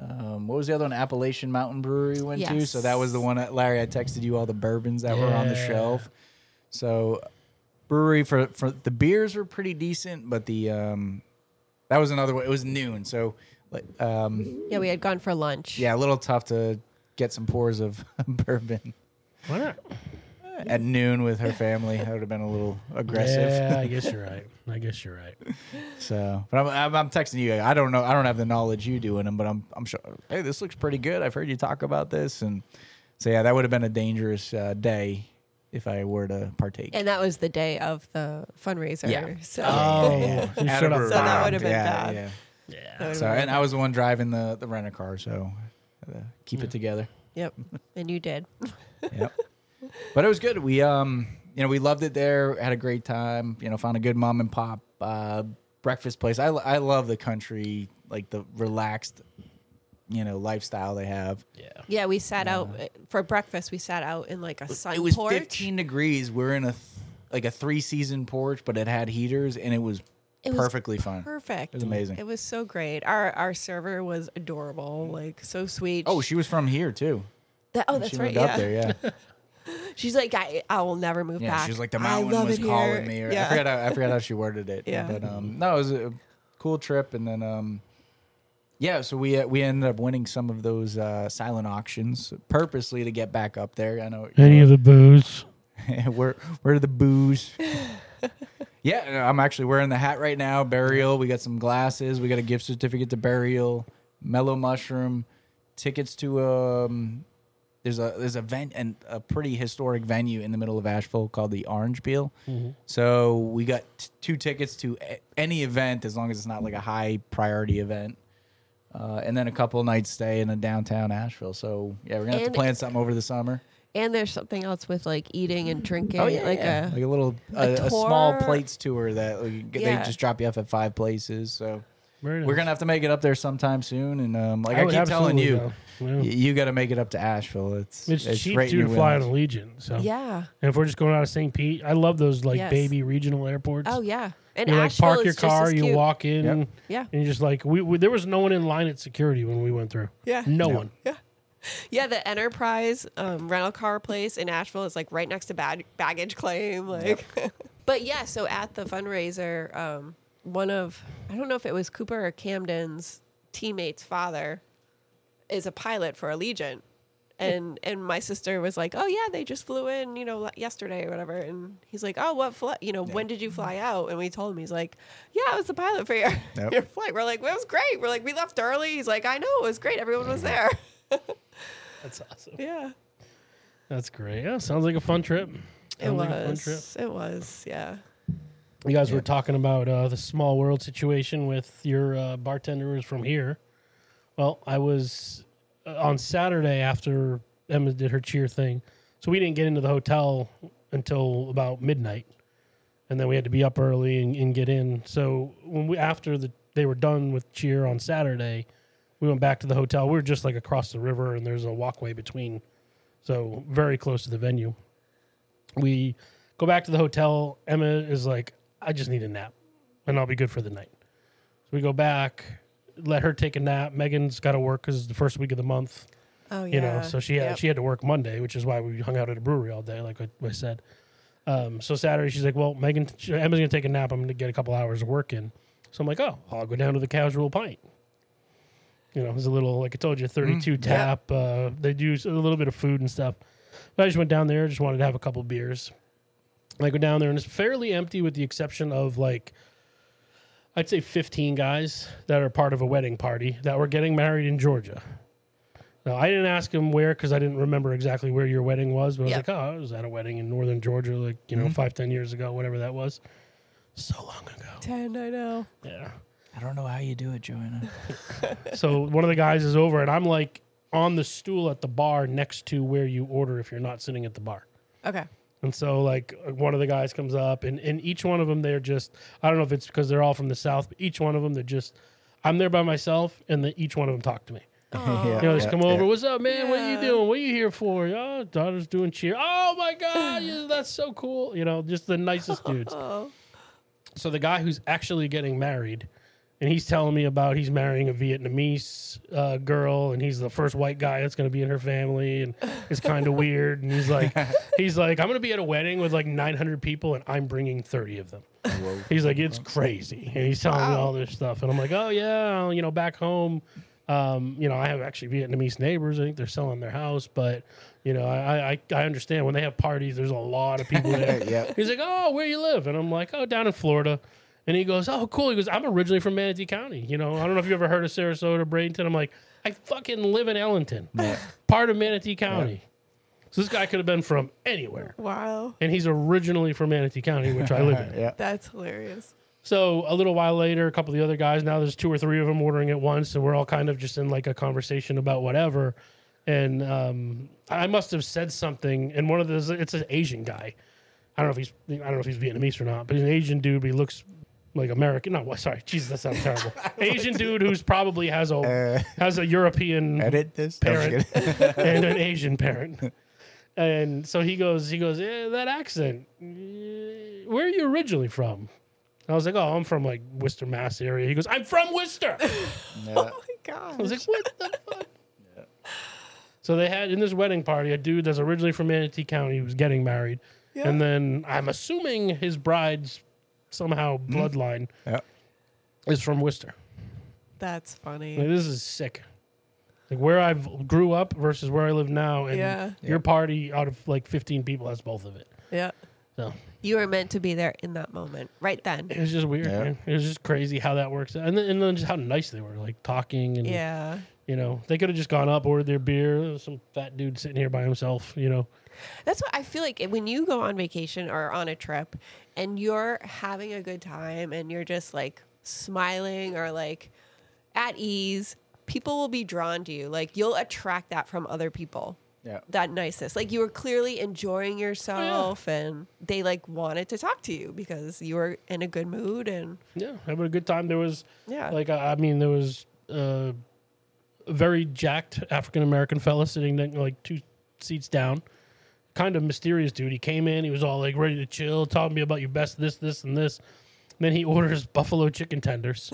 Speaker 2: Um, what was the other one? Appalachian Mountain Brewery we went to. So that was the
Speaker 3: Yes.
Speaker 2: one that Larry. I texted you all the bourbons that were on the
Speaker 1: Yeah.
Speaker 2: shelf. So brewery for for the beers were pretty decent, but the um, that was another one. It was noon, so like um,
Speaker 3: Yeah, we had gone for lunch.
Speaker 2: yeah, a little tough to get some pours of (laughs) bourbon.
Speaker 1: Why not?
Speaker 2: Uh, at noon with her family. That would have been a little aggressive.
Speaker 1: Yeah, I guess you're
Speaker 2: (laughs)
Speaker 1: right. I guess you're right.
Speaker 2: So, but I'm, I'm, I'm texting you. I don't know. I don't have the knowledge you do in them, but I'm I'm sure. Hey, this looks pretty good. I've heard you talk about this, and so yeah, that would have been a dangerous uh, day if I were to partake.
Speaker 3: And that was the day of the fundraiser.
Speaker 2: Yeah.
Speaker 3: So
Speaker 1: Oh, you
Speaker 2: At
Speaker 1: should
Speaker 2: a
Speaker 1: have-
Speaker 3: So that
Speaker 2: bar.
Speaker 3: would have been
Speaker 2: yeah,
Speaker 3: bad.
Speaker 2: Yeah.
Speaker 1: Yeah.
Speaker 2: So, and I was the one driving the the rent a car, so uh, keep it together.
Speaker 3: yep. And you did.
Speaker 2: yep. But it was good. We um, you know, we loved it there. Had a great time. You know, found a good mom and pop uh, breakfast place. I I love the country, like the relaxed, you know, lifestyle they have.
Speaker 1: Yeah.
Speaker 3: Yeah, we sat out eh, for breakfast. We sat out in like a sun
Speaker 2: it was
Speaker 3: porch.
Speaker 2: 15 degrees. We're in a th- like a three season porch, but it had heaters and it was
Speaker 3: It was
Speaker 2: perfectly fine.
Speaker 3: Perfect.
Speaker 2: It was amazing.
Speaker 3: It was so great. Our our server was adorable, like so sweet.
Speaker 2: oh, she was from here too.
Speaker 3: That- oh, that's
Speaker 2: she
Speaker 3: right.
Speaker 2: lived
Speaker 3: Yeah.
Speaker 2: up there.
Speaker 3: (laughs)
Speaker 2: Yeah,
Speaker 3: She's like, I, I will never move
Speaker 2: yeah.
Speaker 3: back.
Speaker 2: She was like the
Speaker 3: I
Speaker 2: mountain
Speaker 3: love
Speaker 2: was
Speaker 3: it here."
Speaker 2: calling me. Or, I forgot. How, I forgot how she worded it.
Speaker 3: Yeah.
Speaker 2: but um, no, it was a cool trip. And then um, yeah. So we uh, we ended up winning some of those uh, silent auctions purposely to get back up there. I know
Speaker 1: Any of the booze?
Speaker 2: (laughs) where where are the booze? yeah, no, I'm actually wearing the hat right now. Burial. We got some glasses. We got a gift certificate to burial. Mellow mushroom. Tickets to um. There's a there's a vent and a pretty historic venue in the middle of Asheville called the Orange Peel. So we got t- two tickets to a- any event as long as it's not like a high priority event. Uh, and then a couple nights stay in a downtown Asheville. So yeah, we're gonna have
Speaker 3: And-
Speaker 2: to plan something over the summer.
Speaker 3: And there's something else with like eating and drinking. like
Speaker 2: Oh, yeah.
Speaker 3: a
Speaker 2: like a little a,
Speaker 3: a
Speaker 2: a small
Speaker 3: tour.
Speaker 2: plates tour that we can get-
Speaker 3: Yeah.
Speaker 2: they just drop you off at five places. So
Speaker 1: Very nice.
Speaker 2: we're gonna have to make it up there sometime soon. And um, like
Speaker 1: I
Speaker 2: I,
Speaker 1: would
Speaker 2: keep telling
Speaker 1: absolutely
Speaker 2: you,
Speaker 1: go. Yeah.
Speaker 2: y- you got to make it up to Asheville. It's
Speaker 1: It's, cheap
Speaker 2: right in
Speaker 1: too
Speaker 2: your
Speaker 1: to fly on
Speaker 2: wheelhouse.
Speaker 1: Allegiant. So
Speaker 3: yeah.
Speaker 1: And if we're just going out of St. Pete, I love those like
Speaker 3: Yes.
Speaker 1: baby regional airports.
Speaker 3: Oh yeah. And
Speaker 1: you like
Speaker 3: Asheville
Speaker 1: park your
Speaker 3: is just as
Speaker 1: car, you
Speaker 3: cute.
Speaker 1: walk in,
Speaker 2: Yep.
Speaker 3: Yeah.
Speaker 1: and you just like we, we there was no one in line at security when we went through.
Speaker 3: Yeah.
Speaker 1: No one.
Speaker 3: Yeah, the Enterprise um, rental car place in Asheville is like right next to bag- baggage claim. Like, (laughs) but yeah, so at the fundraiser, um, one of I don't know if it was Cooper or Camden's teammates' father is a pilot for Allegiant, and and my sister was like, oh yeah, they just flew in, you know, le- yesterday or whatever, and he's like, oh what flight, you know, when did you fly out? And we told him, he's like, yeah, I was the pilot for your
Speaker 2: Yep.
Speaker 3: your flight. We're like, well, it was great. We're like, we left early. He's like, I know it was great. Everyone was there.
Speaker 1: That's awesome.
Speaker 3: (laughs) yeah.
Speaker 1: That's great. Yeah, sounds like a fun trip.
Speaker 3: It
Speaker 1: Sounds like a fun trip.
Speaker 3: was. It was. Yeah.
Speaker 1: You guys were talking about uh, the small world situation with your uh, bartender who's from here. Well, I was uh, on Saturday after Emma did her cheer thing, so we didn't get into the hotel until about midnight, and then we had to be up early and, and get in. So when we after the they were done with cheer on Saturday, we went back to the hotel. We were just like across the river, and there's a walkway between, so very close to the venue we go back to the hotel. Emma is like, I just need a nap and I'll be good for the night. So we go back, let her take a nap. Megan's got to work because it's the first week of the month,
Speaker 3: Oh yeah.
Speaker 1: you know, so she had,
Speaker 3: Yep.
Speaker 1: she had to work Monday, which is why we hung out at a brewery all day, like I, I said. Um, so Saturday, she's like, Well, Megan, she- Emma's going to take a nap. I'm going to get a couple hours of work in. So I'm like, Oh, I'll go down to the casual pint. You know, it was a little, like I told you, 32 tap. Uh, they do s- a little bit of food and stuff. But I just went down there, just wanted to have a couple beers. I go down there and it's fairly empty with the exception of like I'd say 15 guys that are part of a wedding party that were getting married in Georgia. Now, I didn't ask him where because I didn't remember exactly where your wedding was, but I was
Speaker 3: Yeah.
Speaker 1: like, oh, I was at a wedding in northern Georgia, like, you know, five, ten years ago, whatever that was. So long ago.
Speaker 3: Ten. I know.
Speaker 1: Yeah.
Speaker 2: I don't know how you do it, (laughs) Joanna.
Speaker 1: (laughs) so one of the guys is over, and I'm like on the stool at the bar next to where you order if you're not sitting at the bar.
Speaker 3: Okay.
Speaker 1: And so, like, one of the guys comes up, and, and each one of them, they're just, I don't know if it's because they're all from the South, but each one of them, they're just, I'm there by myself, and the, each one of them talk to me.
Speaker 2: yeah,
Speaker 1: You know, just
Speaker 2: yeah,
Speaker 1: come
Speaker 2: yeah.
Speaker 1: over, what's up, man? What are you
Speaker 3: Yeah.
Speaker 1: doing? What are you here for? Oh, daughter's doing cheer. Oh, my God, yeah, that's so cool. You know, just the nicest dudes.
Speaker 3: Oh.
Speaker 1: So, the guy who's actually getting married, and he's telling me about he's marrying a Vietnamese uh, girl, and he's the first white guy that's going to be in her family, and it's kind of weird. And he's
Speaker 2: (laughs)
Speaker 1: like, he's like, I'm going to be at a wedding with like 900 people, and I'm bringing 30 of them.
Speaker 2: (laughs)
Speaker 1: He's like, it's crazy, and he's telling me all this stuff, and I'm like, oh yeah, you know, back home, Um, you know, I have actually Vietnamese neighbors. I think they're selling their house, but you know, I I, I understand when they have parties. There's a lot of people
Speaker 2: (laughs)
Speaker 1: there.
Speaker 2: Yep.
Speaker 1: He's like, "Oh, where you live?" And I'm like, "Oh, down in Florida." And he goes, "Oh, cool." He goes, "I'm originally from Manatee County. You know, I don't know if you ever heard of Sarasota, Bradenton." I'm like, "I fucking live in Ellenton, part of Manatee County." So this guy could have been from anywhere,
Speaker 3: Wow.
Speaker 1: and he's originally from Manatee County, which I
Speaker 2: (laughs)
Speaker 1: live in.
Speaker 2: Yeah.
Speaker 3: That's hilarious.
Speaker 1: So a little while later, a couple of the other guys. Now there's two or three of them ordering at once, and we're all kind of just in like a conversation about whatever. And um, I must have said something, and one of those it's an Asian guy. I don't know if he's I don't know if he's Vietnamese or not, but he's an Asian dude. But he looks like American. No, what- sorry, (laughs) Jesus, that sounds terrible. Asian dude who's probably has a has a European
Speaker 2: Edit this. No, I'm just
Speaker 1: parent
Speaker 2: kidding. (laughs)
Speaker 1: and an Asian parent. And so he goes, he goes, eh, that accent. eh, Where are you originally from? And I was like, oh, I'm from like Worcester, Mass area. He goes, I'm from Worcester. I
Speaker 2: Yeah.
Speaker 3: Oh my god.
Speaker 1: was like, what the fuck? So they had in this wedding party a dude that's originally from Manatee County who was getting married,
Speaker 3: Yeah.
Speaker 1: and then I'm assuming his bride's somehow bloodline
Speaker 2: Yeah.
Speaker 1: is from Worcester.
Speaker 3: That's funny.
Speaker 1: Like, this is sick. Like where I grew up versus where I live now, and
Speaker 3: Yeah.
Speaker 1: your party out of like 15 people has both of it.
Speaker 3: Yeah.
Speaker 1: So Mm-hmm.
Speaker 3: You were meant to be there in that moment, right then.
Speaker 1: it was just weird.
Speaker 2: Yeah.
Speaker 1: man. It was just crazy how that works, and then, and then just how nice they were, like talking, and
Speaker 3: Yeah.
Speaker 1: you know, they could have just gone up, ordered their beer. Some fat dude sitting here by himself, you know.
Speaker 3: That's what I feel like when you go on vacation or on a trip and you're having a good time and you're just like smiling or like at ease, people will be drawn to you. Like you'll attract that from other people.
Speaker 2: Yeah.
Speaker 3: That niceness. Like you were clearly
Speaker 1: Oh,
Speaker 3: enjoying yourself and they like wanted to talk to you because you were in a good mood and
Speaker 1: Yeah, having a good time. There was
Speaker 3: yeah.
Speaker 1: like I, I mean, there was uh, a very jacked African American fella sitting like- like two seats down, kind of mysterious dude. He came in, he was all like ready to chill, talking to me about your best this, this, and this. And then he (laughs) orders buffalo chicken tenders.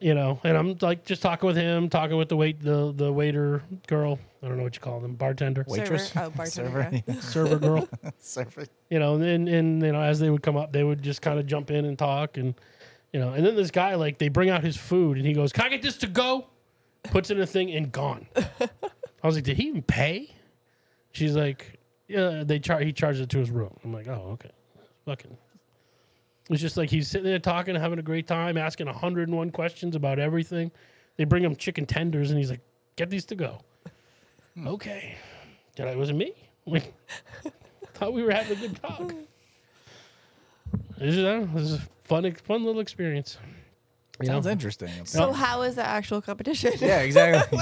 Speaker 1: you know, and I'm like just talking with him, talking with the wait the the waiter girl. I don't know what you call them, bartender,
Speaker 2: Waitress.
Speaker 3: Server. Oh, bartender.
Speaker 2: Server.
Speaker 3: yeah.
Speaker 1: server girl
Speaker 2: (laughs) Server.
Speaker 1: you know, and then- and you know, as they would come up, they would just kind of jump in and talk, and you know, and then this guy like they bring out his food, and he goes, "Can I get this to go?" Puts it in a thing and gone. I was like, "Did he even pay?" She's like, "Yeah, they char- he charged it to his room." I'm like, "Oh, okay, fucking." It's just like he's sitting there talking, having a great time, asking 101 questions about everything. They bring him chicken tenders, and he's like, "Get these to go." Okay, did I? Was it me? (laughs) Like, thought we were having a good talk. This is, I don't know, this is a fun, ex- fun little experience. You
Speaker 2: Sounds
Speaker 1: know?
Speaker 2: (laughs) interesting.
Speaker 1: uh,
Speaker 3: So how is the actual competition?
Speaker 2: yeah, exactly.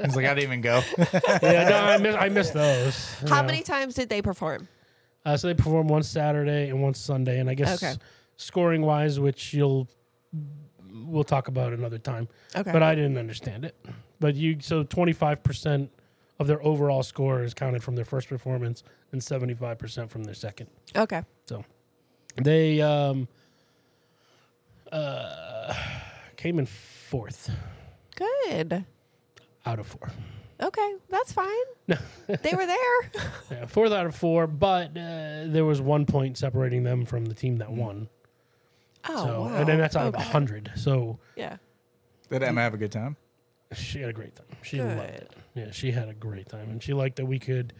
Speaker 2: He's (laughs) like, I didn't even go. (laughs)
Speaker 1: yeah, no, I miss, I miss those. you
Speaker 3: (laughs) How
Speaker 1: know.
Speaker 3: many times did they perform?
Speaker 1: Uh, so they perform one Saturday and one Sunday, and I guess
Speaker 3: Okay.
Speaker 1: scoring wise, which you'll we'll talk about another time.
Speaker 3: Okay.
Speaker 1: But I didn't understand it. But you so twenty five percent of their overall score is counted from their first performance, and seventy five percent from their second.
Speaker 3: okay.
Speaker 1: So they um, uh, came in fourth
Speaker 3: Good.
Speaker 1: out of four.
Speaker 3: Okay,
Speaker 1: (laughs)
Speaker 3: that's fine. they were there.
Speaker 1: Yeah, fourth out of four, but uh, there was one point separating them from the team that won.
Speaker 3: Oh,
Speaker 1: so,
Speaker 3: wow.
Speaker 1: And then that's out of
Speaker 3: Okay.
Speaker 1: of 100. So
Speaker 3: Yeah.
Speaker 2: Did Emma have a good time?
Speaker 1: she had a great time. She loved
Speaker 3: Good.
Speaker 1: it. Yeah, she had a great time. And she liked that we could,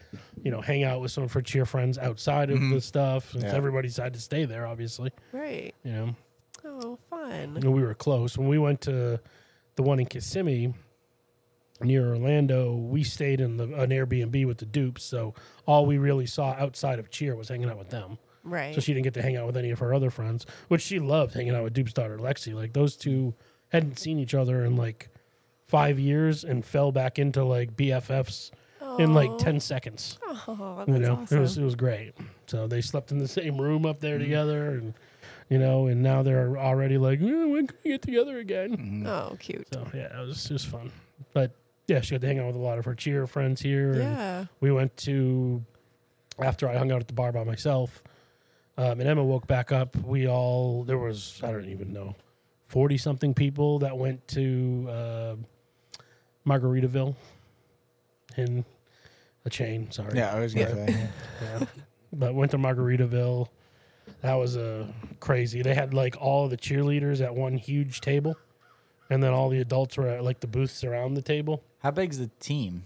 Speaker 1: you know, hang out with some of her cheer friends outside of the stuff. Since
Speaker 2: Yeah.
Speaker 1: everybody decided to stay there, obviously.
Speaker 3: Right.
Speaker 1: You know,
Speaker 3: Oh, fun.
Speaker 1: and we were close. When we went to the one in Kissimmee near Orlando, we stayed in the, an Airbnb with the dupes. So all we really saw outside of cheer was hanging out with them.
Speaker 3: Right.
Speaker 1: So she didn't get to hang out with any of her other friends, which she loved hanging out with Dupe's daughter Lexi. Like those two hadn't seen each other in like five years and fell back into like BFFs in like ten seconds.
Speaker 3: oh, that's
Speaker 1: you know,
Speaker 3: awesome. Mm.
Speaker 1: it was it was great. So they slept in the same room up there together, and you know, and now they're already like, "Eh, when can we get together again?
Speaker 2: Mm-hmm.
Speaker 3: oh, cute.
Speaker 1: So yeah, it was it was fun. But yeah, she got to hang out with a lot of her cheer friends here. and-
Speaker 3: yeah.
Speaker 1: we went to after I hung out at the bar by myself, um, and Emma woke back up. We all there was I don't even know forty something people that went to uh, Margaritaville in a chain. Sorry,
Speaker 2: Yeah, I was gonna say. yeah.
Speaker 1: (laughs) yeah. but went to Margaritaville. That was uh, crazy. They had like all the cheerleaders at one huge table, and then all the adults were at like the booths around the table.
Speaker 2: (laughs) How big's the team?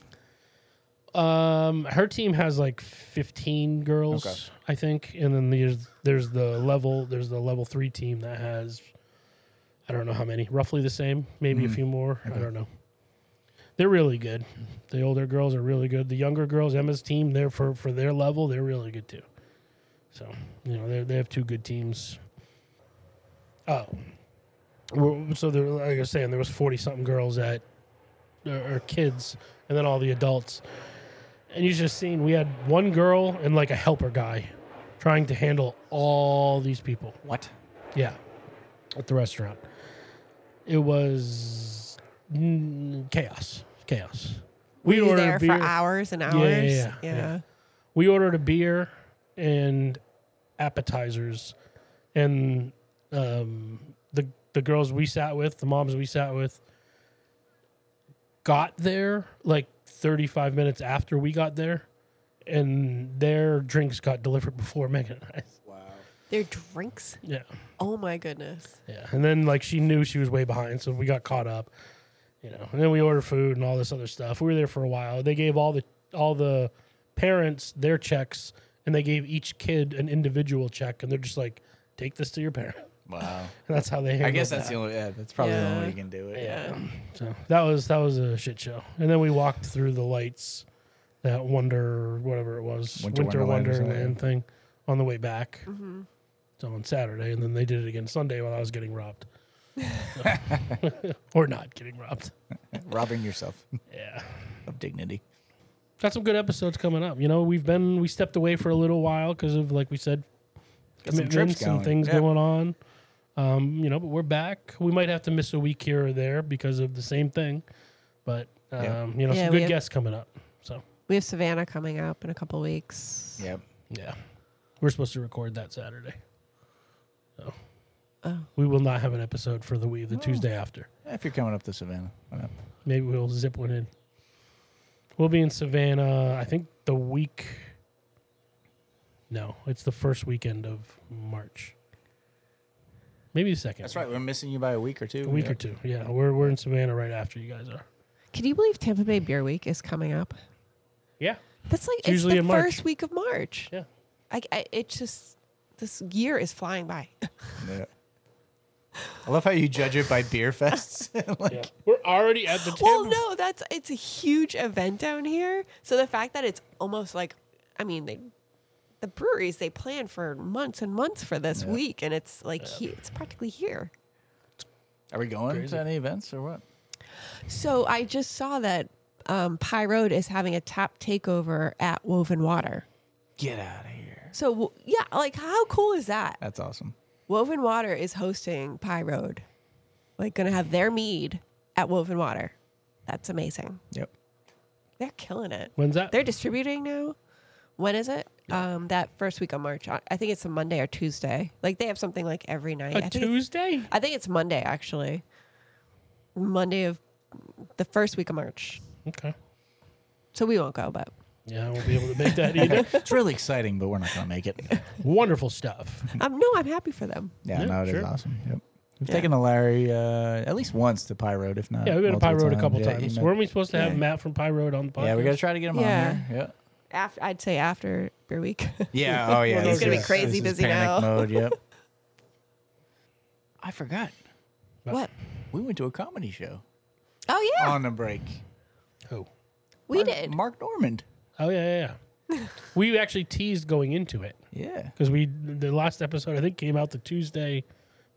Speaker 1: Um, her team has like fifteen girls,
Speaker 2: Okay.
Speaker 1: I think, and then there's there's the level there's the level three team that has, I don't know how many, roughly the same, maybe a few more. I don't know. They're really good. The older girls are really good. The younger girls, Emma's team, they're for for their level, they're really good too. So you know they they have two good teams. Oh, Well, so there, like I was saying, there was forty something girls at or, or kids, and then all the adults. And you should have seen we had one girl and like a helper guy trying to handle all these people.
Speaker 2: What?
Speaker 1: Yeah, at the restaurant, it was mm, chaos. Chaos.
Speaker 3: We were you
Speaker 1: ordered
Speaker 3: there for
Speaker 1: beer.
Speaker 3: hours and hours.
Speaker 1: yeah, yeah, yeah. we ordered a beer and appetizers and um, the the girls we sat with the moms we sat with got there like 35 minutes after we got there and their drinks got delivered before Megan and I. (laughs)
Speaker 3: Their drinks.
Speaker 1: Yeah.
Speaker 3: Oh my goodness.
Speaker 1: Yeah. And then like she knew she was way behind, so we got caught up. You know. And then we ordered food and all this other stuff. We were there for a while. They gave all the all the parents their checks and they gave each kid an individual check and they're just like, take this to your parent. (laughs)
Speaker 2: Wow.
Speaker 1: And that's how they handled
Speaker 2: I guess
Speaker 1: that.
Speaker 2: that's the only. Yeah, that's probably the only way
Speaker 3: Yeah.
Speaker 2: you can do it.
Speaker 3: Yeah.
Speaker 1: so that was that was a shit show. And then we walked through the lights, that wonder whatever it was,
Speaker 2: Winter
Speaker 1: Winter,
Speaker 2: Wonderland or
Speaker 1: Wonderland,
Speaker 2: something,
Speaker 1: thing, on the way back.
Speaker 3: Mm-hmm.
Speaker 1: So on Saturday, and then they did it again Sunday while I was getting robbed, (laughs) or not getting robbed.
Speaker 2: Robbing yourself
Speaker 1: Yeah, (laughs)
Speaker 2: of dignity.
Speaker 1: got some good episodes coming up. You know, we've been we stepped away for a little while because of like we said,
Speaker 2: Got some
Speaker 1: commitments
Speaker 2: trips
Speaker 1: and
Speaker 2: going.
Speaker 1: things
Speaker 2: Yeah.
Speaker 1: going on. Um, you know, but we're back. We might have to miss a week here or there because of the same thing, but um,
Speaker 2: Yeah.
Speaker 1: you know,
Speaker 3: Yeah,
Speaker 1: some
Speaker 3: we
Speaker 1: good
Speaker 3: have-
Speaker 1: guests coming up. So
Speaker 3: We have Savannah coming up in a couple weeks.
Speaker 2: Yep.
Speaker 1: yeah, we're supposed to record that Saturday. So
Speaker 3: Oh.
Speaker 1: we will not have an episode for the week the Tuesday after.
Speaker 2: If you're coming up to Savannah, why not?
Speaker 1: Maybe we'll zip one in. We'll be in Savannah. I think the week. No, it's the first weekend of March. Maybe the second.
Speaker 2: That's right. We're missing you by a week or two.
Speaker 1: A week
Speaker 2: Yeah.
Speaker 1: or two. Yeah, we're we're in Savannah right after you guys are.
Speaker 3: Can you believe Tampa Bay Beer Week is coming up?
Speaker 1: Yeah.
Speaker 3: That's like it's,
Speaker 1: usually
Speaker 3: the
Speaker 1: in March.
Speaker 3: first week of March.
Speaker 1: Yeah.
Speaker 3: I, I, it's just this year is
Speaker 1: (laughs)
Speaker 3: flying by.
Speaker 2: Yeah. I love how you judge it by beer fests. (laughs) like,
Speaker 1: Yeah. We're already
Speaker 3: (gasps)
Speaker 1: at the Tampa.
Speaker 3: Well, no, that's it's a huge event down here. So the fact that it's almost like, I mean, they, the breweries they plan for months and months for this week, and it's like he, it's practically here.
Speaker 2: Are we going
Speaker 1: Crazy.
Speaker 2: to any events or what?
Speaker 3: So I just saw that um, Pie Road is having a tap takeover at Woven Water.
Speaker 2: Get out of here.
Speaker 3: So w- yeah, like how cool is that?
Speaker 2: That's awesome.
Speaker 3: Woven Water is hosting Pie Road, like gonna have their mead at Woven Water. That's amazing.
Speaker 2: Yep.
Speaker 3: They're killing it.
Speaker 1: When's that?
Speaker 3: They're distributing now. When is it? Um, that first week of March. I I think it's a Monday or Tuesday. Like they have something like every night. I
Speaker 1: a
Speaker 3: think it's-
Speaker 1: Tuesday.
Speaker 3: I think it's Monday actually. Monday of the first week of March.
Speaker 1: Okay.
Speaker 3: So we won't go, but
Speaker 1: Yeah, I won't be able to make
Speaker 3: (laughs)
Speaker 1: that either.
Speaker 2: (laughs) It's really exciting, but we're not going to make it. Yeah,
Speaker 1: Wonderful stuff.
Speaker 3: um, no, I'm happy for them.
Speaker 1: Yeah,
Speaker 2: no, it is
Speaker 1: sure.
Speaker 2: awesome. Yep. We've
Speaker 3: Yeah.
Speaker 2: taken a Larry uh, at least once to Pie Road, if not.
Speaker 1: Yeah, we've been to Pie
Speaker 2: multiple
Speaker 1: Road a couple
Speaker 2: Yeah,
Speaker 1: times.
Speaker 2: you
Speaker 1: Weren't we supposed to have
Speaker 3: Yeah.
Speaker 1: Matt from Pie Road on the podcast?
Speaker 2: know. yeah, we got to try to get him
Speaker 3: Yeah.
Speaker 2: on here.
Speaker 3: After I'd say after beer week. (laughs)
Speaker 2: Yeah. Yeah. Oh, yeah.
Speaker 1: He's
Speaker 2: this
Speaker 1: gonna be
Speaker 2: is-
Speaker 3: crazy
Speaker 2: this is
Speaker 3: busy
Speaker 2: panic
Speaker 3: now.
Speaker 2: Mode,
Speaker 3: (laughs)
Speaker 2: yep. I forgot.
Speaker 3: what?
Speaker 2: We went to a comedy show
Speaker 3: Oh yeah,
Speaker 2: on the break.
Speaker 1: Oh.
Speaker 3: we
Speaker 2: Mark-
Speaker 3: did.
Speaker 2: Mark Normand.
Speaker 1: Oh yeah, yeah.
Speaker 3: (laughs)
Speaker 1: yeah. we actually teased going into it
Speaker 2: Yeah.
Speaker 1: because we the last episode I think came out the Tuesday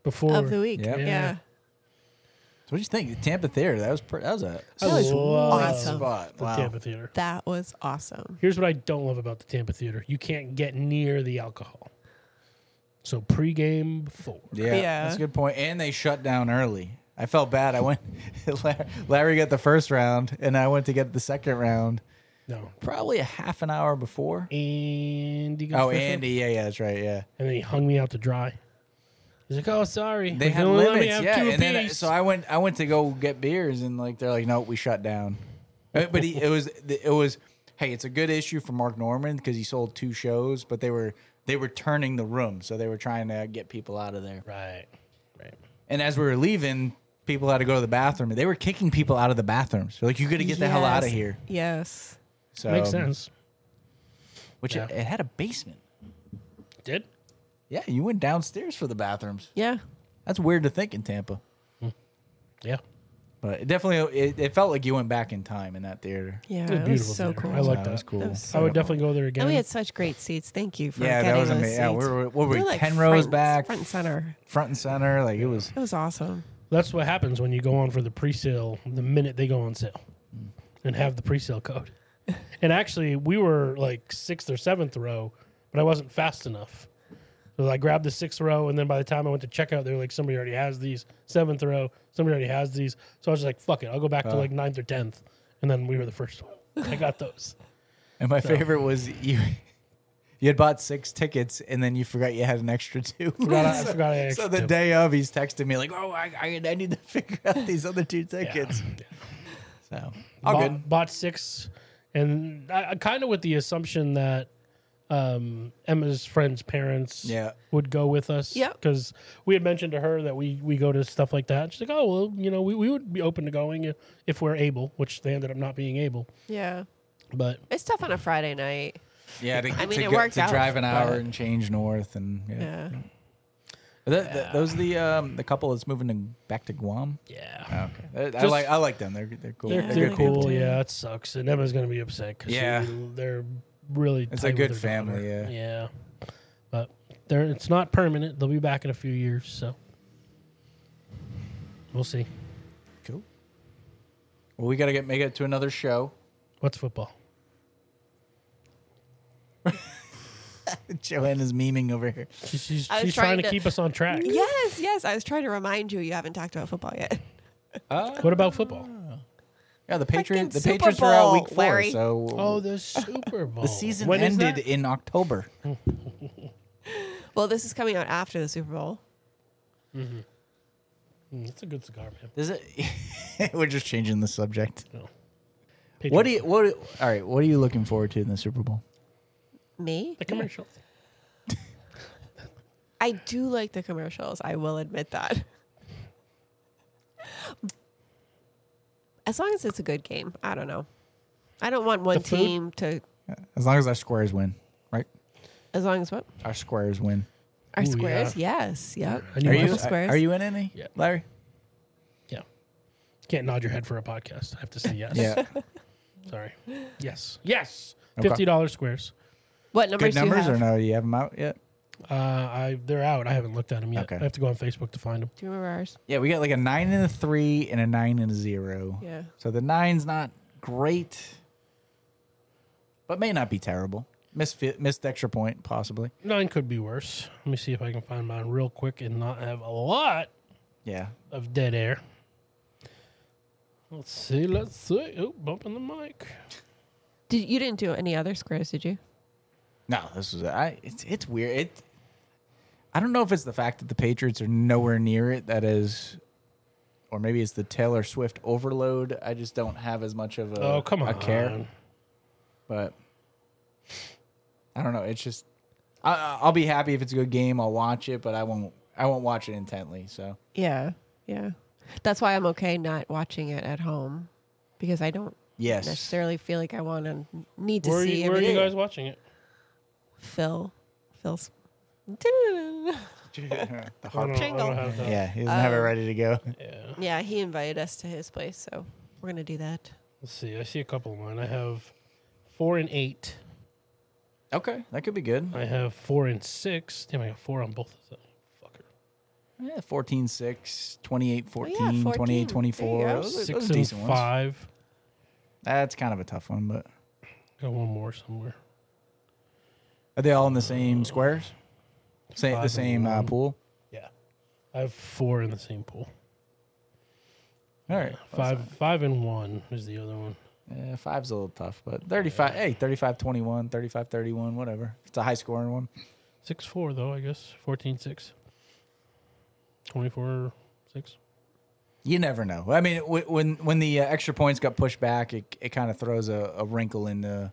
Speaker 1: before.
Speaker 3: of the week.
Speaker 2: Yep.
Speaker 3: Yeah.
Speaker 1: Yeah.
Speaker 2: So what do you think? The Tampa Theater. That was pr- that was a
Speaker 1: I
Speaker 3: was
Speaker 1: love
Speaker 2: hot
Speaker 3: awesome.
Speaker 2: spot.
Speaker 1: the
Speaker 2: Uh, wow.
Speaker 1: Tampa Theater.
Speaker 3: That was awesome.
Speaker 1: Here's what I don't love about the Tampa Theater: you can't get near the alcohol. So pregame before.
Speaker 2: Yeah,
Speaker 3: Yeah.
Speaker 2: that's a good point. And they shut down early. I felt bad. I went. (laughs) Larry- Larry got the first round, and I went to get the second round
Speaker 1: No.
Speaker 2: probably a half an
Speaker 1: (laughs)
Speaker 2: hour before.
Speaker 1: Andy. got
Speaker 2: Oh,
Speaker 1: the first one,
Speaker 2: Andy. Yeah, yeah, that's right. Yeah,
Speaker 1: And then he hung me out to dry. He's like, "Oh, sorry,
Speaker 2: they
Speaker 1: Like,
Speaker 2: had
Speaker 1: only let me
Speaker 2: limits.
Speaker 1: have
Speaker 2: yeah,
Speaker 1: two
Speaker 2: and then uh,
Speaker 1: apiece."
Speaker 2: so I went. I went to go get beers, and like they're like, no, we shut down. Uh, But he, it was it was. Hey, it's a good issue for Mark Norman because he sold two shows, but they were they were turning the room, so they were trying to get people out of there.
Speaker 1: right, right.
Speaker 2: And as we were leaving, people had to go to the bathroom. and They were kicking people out of the bathrooms. They're like, you got to get the hell out of
Speaker 3: Yes.
Speaker 2: here.
Speaker 3: Yes.
Speaker 2: So,
Speaker 1: Makes sense.
Speaker 2: Which
Speaker 1: Yeah.
Speaker 2: it, it had a basement.
Speaker 1: Did?
Speaker 2: Yeah, you went downstairs for the bathrooms.
Speaker 3: Yeah.
Speaker 2: That's weird to think in Tampa.
Speaker 1: Yeah.
Speaker 2: But it definitely, it, it felt like you went back in time in that theater.
Speaker 3: Yeah.
Speaker 1: It was
Speaker 3: It
Speaker 1: beautiful
Speaker 3: was so
Speaker 1: theater.
Speaker 3: cool. Oh,
Speaker 1: I like
Speaker 2: So
Speaker 1: that.
Speaker 2: was cool.
Speaker 3: That was
Speaker 1: I would definitely go there again.
Speaker 3: and we had such great seats. Thank you for
Speaker 2: Yeah, that
Speaker 3: getting
Speaker 2: was
Speaker 3: us
Speaker 2: amazing. Yeah,
Speaker 3: seats.
Speaker 2: we were, what were
Speaker 3: We
Speaker 2: we,
Speaker 3: were, like,
Speaker 2: ten rows
Speaker 3: front-
Speaker 2: back,
Speaker 3: front and center.
Speaker 2: front and center. Like it was.
Speaker 3: It was awesome.
Speaker 1: That's what happens when you go on for the pre-sale the minute they go on sale, and have the pre-sale code. and actually, we were like sixth or seventh row, but I wasn't fast enough. So I grabbed the sixth row, and then by the time I went to checkout, they were like, "Somebody already has these." Seventh row, somebody already has these. So I was just like, "Fuck it, I'll go back to like ninth or tenth. And then we were the first one. I got those.
Speaker 2: And my favorite was you. (laughs) You had bought six tickets and then you forgot you had an extra two.
Speaker 1: Forgot I, I forgot I
Speaker 2: so
Speaker 1: actually
Speaker 2: the
Speaker 1: did.
Speaker 2: day of, he's texting me like, "Oh, I, I, I need to (laughs) figure out these other two
Speaker 1: Yeah.
Speaker 2: tickets." So all
Speaker 1: bought,
Speaker 2: good.
Speaker 1: bought six, and I, I kind of with the assumption that um, Emma's friend's parents
Speaker 2: Yeah.
Speaker 1: would go with us.
Speaker 3: Yep.
Speaker 1: Because we had mentioned to her that we, we go to stuff like that. She's like, oh, well, you know, we, we would be open to going if, if we're able, which they ended up not being able.
Speaker 3: Yeah.
Speaker 1: But
Speaker 3: It's tough on a Friday night.
Speaker 2: Yeah, to,
Speaker 3: I mean,
Speaker 2: to,
Speaker 3: it
Speaker 2: go-
Speaker 3: worked
Speaker 2: to
Speaker 3: out,
Speaker 2: drive an hour
Speaker 3: but-
Speaker 2: and change north, and yeah.
Speaker 3: Yeah.
Speaker 2: Th- th- those are the um, the couple that's moving to, back to Guam.
Speaker 1: yeah.
Speaker 2: Okay, I, I
Speaker 1: Just-
Speaker 2: like I like them. They're they're cool.
Speaker 1: They're,
Speaker 3: Yeah.
Speaker 1: they're
Speaker 3: good
Speaker 1: cool.
Speaker 3: people.
Speaker 1: Yeah, it sucks. And Emma's going to be upset because
Speaker 2: Yeah.
Speaker 1: they're really
Speaker 2: It's a
Speaker 1: tight with
Speaker 2: good
Speaker 1: her
Speaker 2: family,
Speaker 1: daughter.
Speaker 2: yeah.
Speaker 1: Yeah. But they're, it's not permanent. They'll be back in a few years. So we'll see.
Speaker 2: Cool. Well, we gotta get make it to another show.
Speaker 1: What's football?
Speaker 2: (laughs) Joanne is memeing over here.
Speaker 1: She's, she's,
Speaker 3: I was
Speaker 1: she's trying,
Speaker 3: trying
Speaker 1: to,
Speaker 3: to-
Speaker 1: keep us on track.
Speaker 3: Yes, yes. I was trying to remind you you haven't talked about football yet. (laughs)
Speaker 1: What about football?
Speaker 2: Uh, Yeah, the
Speaker 3: Fucking
Speaker 2: Patriots. The
Speaker 3: Super
Speaker 2: Patriots are out
Speaker 3: Bowl,
Speaker 2: week four,
Speaker 3: Larry.
Speaker 2: so
Speaker 1: Oh, the Super Bowl.
Speaker 2: the
Speaker 3: Oh.
Speaker 2: season
Speaker 1: When is
Speaker 2: ended
Speaker 1: that?
Speaker 2: in October.
Speaker 3: Well, this is coming out after the Super Bowl.
Speaker 1: Mm, That's a good cigar, man.
Speaker 2: Is it? (laughs) We're just changing the subject.
Speaker 1: Patriot.
Speaker 2: What do you? What? All right. What are you looking forward to in the Super Bowl?
Speaker 3: Me?
Speaker 1: The commercial.
Speaker 3: I do like the commercials. I will admit that. As long as it's a good game, I don't know. I don't want one
Speaker 1: The food?
Speaker 3: team to.
Speaker 2: As long as our squares win, right?
Speaker 3: As long as what
Speaker 2: Our squares win.
Speaker 3: our
Speaker 1: Ooh,
Speaker 3: squares? Yes. Yep.
Speaker 1: I knew
Speaker 2: Are
Speaker 1: I
Speaker 3: Our
Speaker 2: you?
Speaker 1: was-
Speaker 3: squares?
Speaker 2: Are you in any?
Speaker 1: Yeah.
Speaker 2: Larry.
Speaker 1: Yeah. Can't nod your head for a podcast. I have to say yes.
Speaker 2: Yeah.
Speaker 3: (laughs)
Speaker 1: Sorry. Yes. Yes.
Speaker 2: Okay.
Speaker 1: Fifty dollars squares.
Speaker 3: What numbers?
Speaker 2: Good numbers
Speaker 3: do you
Speaker 2: or
Speaker 3: have?
Speaker 2: no? You have them out yet?
Speaker 1: Uh, I they're out. I haven't looked at them yet.
Speaker 2: Okay.
Speaker 1: I have to go on Facebook to find them.
Speaker 3: Do you remember ours?
Speaker 2: Yeah, we got like a nine and a three and a nine and a zero.
Speaker 3: Yeah.
Speaker 2: So the nine's not great, but may not be terrible. Missed fi- missed extra point possibly.
Speaker 1: Nine could be worse. Let me see if I can find mine real quick and not have a lot
Speaker 2: Yeah.
Speaker 1: of dead air. Let's see. Let's see. Oh, bumping the mic.
Speaker 3: Did you didn't do any other squares? Did you?
Speaker 2: No, this was I. It's it's weird. It. I don't know if it's the fact that the Patriots are nowhere near it that is, or maybe it's the Taylor Swift overload. I just don't have as much of a
Speaker 1: Oh, come on.
Speaker 2: a Uh, care. But I don't know. It's just I- I, I'll be happy if it's a good game. I'll watch it, but I won't. I won't watch it intently. So
Speaker 3: Yeah. Yeah. That's why I'm okay not watching it at home because I don't
Speaker 2: yes, (laughs)
Speaker 3: necessarily feel like I want to need to
Speaker 1: Where are
Speaker 3: see
Speaker 1: you, where are you
Speaker 3: everything.
Speaker 1: guys watching it?
Speaker 3: Phil. Phil's. (laughs)
Speaker 2: the (laughs)
Speaker 1: I
Speaker 2: harp.
Speaker 1: don't- I don't
Speaker 3: Jingle.
Speaker 1: have that.
Speaker 2: Yeah, he doesn't
Speaker 3: Um,
Speaker 2: have it ready to go.
Speaker 1: Yeah.
Speaker 3: Yeah, he invited us to his place, so we're gonna do that.
Speaker 1: Let's see. I see a couple of mine. I have four and eight.
Speaker 2: Okay, that could be good.
Speaker 1: I have four and six. Damn, I got four on both of them. Fucker.
Speaker 2: Yeah, 14 6, 28 14,
Speaker 3: 14.
Speaker 2: 28 24.
Speaker 3: There you go.
Speaker 2: Those, are-
Speaker 1: Six
Speaker 2: those are
Speaker 1: and
Speaker 2: decent ones.
Speaker 1: five.
Speaker 2: That's kind of a tough one, but
Speaker 1: Got one more somewhere.
Speaker 2: are they all in the same squares? Same,
Speaker 1: Five
Speaker 2: the
Speaker 1: and
Speaker 2: same uh,
Speaker 1: one.
Speaker 2: pool?
Speaker 1: Yeah. I have four in the same pool.
Speaker 2: All right.
Speaker 1: Five five and one is the other one.
Speaker 2: Yeah, five's a little tough, but 35, hey, 35 21, 35 31, whatever. It's a high scoring one.
Speaker 1: Six four though, I guess. Fourteen six. Twenty four six.
Speaker 2: You never know. I mean, wh- when when the uh, extra points got pushed back, it, it kind of throws a, a wrinkle in the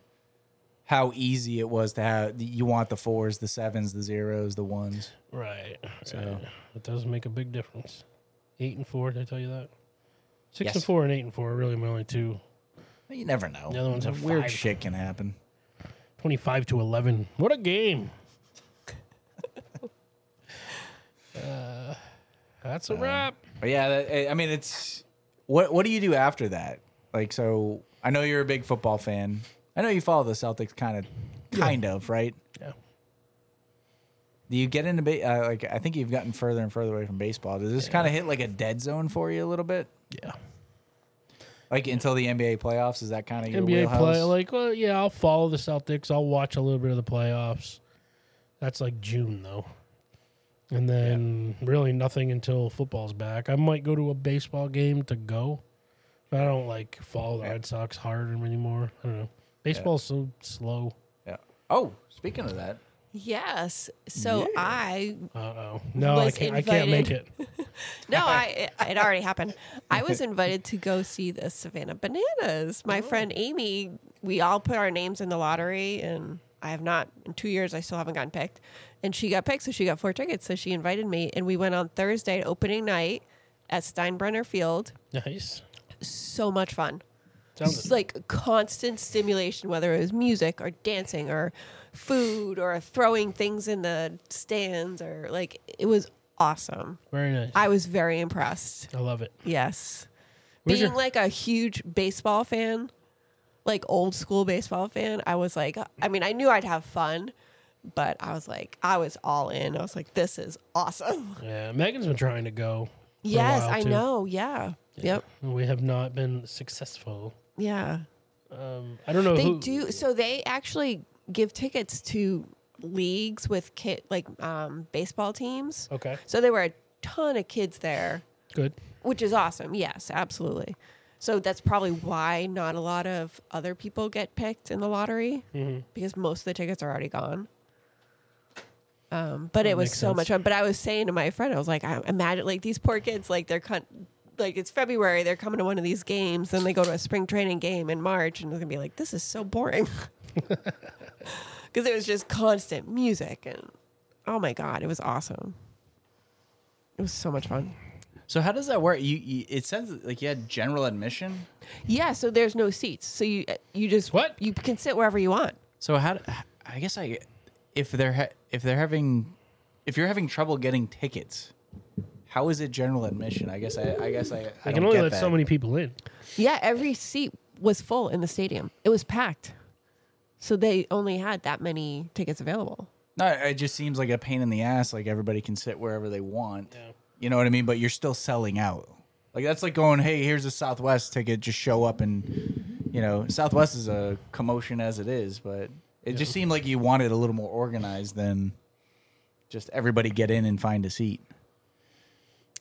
Speaker 2: how easy it was to have. You want the fours, the sevens, the zeros, the ones.
Speaker 1: Right.
Speaker 2: So-
Speaker 1: Right. It does make a big difference. Eight and four. Did I tell you that? Six
Speaker 2: Yes.
Speaker 1: and four and eight and four are really my only two.
Speaker 2: You never know.
Speaker 1: The other ones have
Speaker 2: weird
Speaker 1: five.
Speaker 2: shit can happen.
Speaker 1: 25 to 11. What a (laughs) game. uh, that's a wrap.
Speaker 2: But yeah, that, I- I mean, it's what what do you do after that? Like, so I know you're a big football fan. I know you follow the Celtics kind of, kind of, right?
Speaker 1: Yeah.
Speaker 2: Do you get into ba- uh, like? I think you've gotten further and further away from baseball. Does this kind of hit like a dead zone for you a little bit?
Speaker 1: Yeah.
Speaker 2: Like until the NBA playoffs? Is that kind of your
Speaker 1: NBA
Speaker 2: wheelhouse?
Speaker 1: play. Like, well, yeah, I'll follow the Celtics. I'll watch a little bit of the playoffs. That's like June, though. And then really nothing until football's back. I might go to a baseball game to go, but I don't like follow the
Speaker 2: Yeah.
Speaker 1: Red Sox hard anymore. I don't know. Baseball's so slow.
Speaker 2: yeah. Oh, speaking of that,
Speaker 3: Yes. So
Speaker 2: Yeah.
Speaker 3: I
Speaker 1: Uh oh. No, I
Speaker 3: Was
Speaker 1: can't, I can't make it.
Speaker 3: invited. no, I it, it already happened. I was invited to go see the Savannah Bananas. My friend Amy, we all put our names in the lottery, and I have not in two years. I still haven't gotten picked, and she got picked, so she got four tickets. So she invited me, and we went on Thursday opening night at Steinbrenner Field.
Speaker 1: (laughs) Nice.
Speaker 3: So much fun. It's
Speaker 1: Sounds
Speaker 3: like constant stimulation, whether it was music or dancing or food or throwing things in the stands or like it was awesome.
Speaker 1: very nice.
Speaker 3: I was very impressed.
Speaker 1: I love it.
Speaker 3: Yes.
Speaker 1: Where's
Speaker 3: Being
Speaker 1: your-
Speaker 3: like a huge baseball fan, like old school baseball fan, I was like, I mean, I knew I'd have fun, but I was like, I was all in. I was like, this is awesome.
Speaker 1: Yeah, Megan's been trying to go. for a
Speaker 3: Yes,
Speaker 1: while,
Speaker 3: I
Speaker 1: too.
Speaker 3: know. Yeah. Yep.
Speaker 1: We have not been successful.
Speaker 3: Yeah.
Speaker 1: Um, I don't know
Speaker 3: They
Speaker 1: who.
Speaker 3: do. So they actually give tickets to leagues with kid, like um, baseball teams.
Speaker 1: Okay,
Speaker 3: So there were a ton of kids there.
Speaker 1: good.
Speaker 3: which is awesome. Yes, absolutely. So that's probably why not a lot of other people get picked in the lottery
Speaker 1: Mm-hmm.
Speaker 3: because most of the tickets are already gone. Um, but it was
Speaker 1: makes
Speaker 3: so
Speaker 1: sense.
Speaker 3: much fun. But I was saying to my friend, I was like, I imagine like these poor kids, like they're con- like it's February, they're coming to one of these games, then they go to a spring training game in March, and they're gonna be like, this is so boring. (laughs) Because it was just constant music and oh my god, it was awesome. It was so much fun.
Speaker 2: so how does that work? You, you it says like you had general admission.
Speaker 3: Yeah, so there's no seats. So you uh, you just
Speaker 1: What?
Speaker 3: you can sit wherever you want.
Speaker 2: So how? d- I guess I, if they're ha- if they're having, if you're having trouble getting tickets, how is it general admission? I guess I, I guess I. I
Speaker 1: I
Speaker 2: don't
Speaker 1: can only
Speaker 2: get
Speaker 1: let
Speaker 2: that.
Speaker 1: so many people in.
Speaker 3: Yeah, every seat was full in the stadium. It was packed. So they only had that many tickets available.
Speaker 2: No, it just seems like a pain in the ass. Like everybody can sit wherever they want. You know what I mean? But you're still selling out. Like that's like going, hey, here's a Southwest ticket. Just show up and, you know, Southwest is a commotion as it is. But it just seemed like you wanted a little more organized than just everybody get in and find a seat.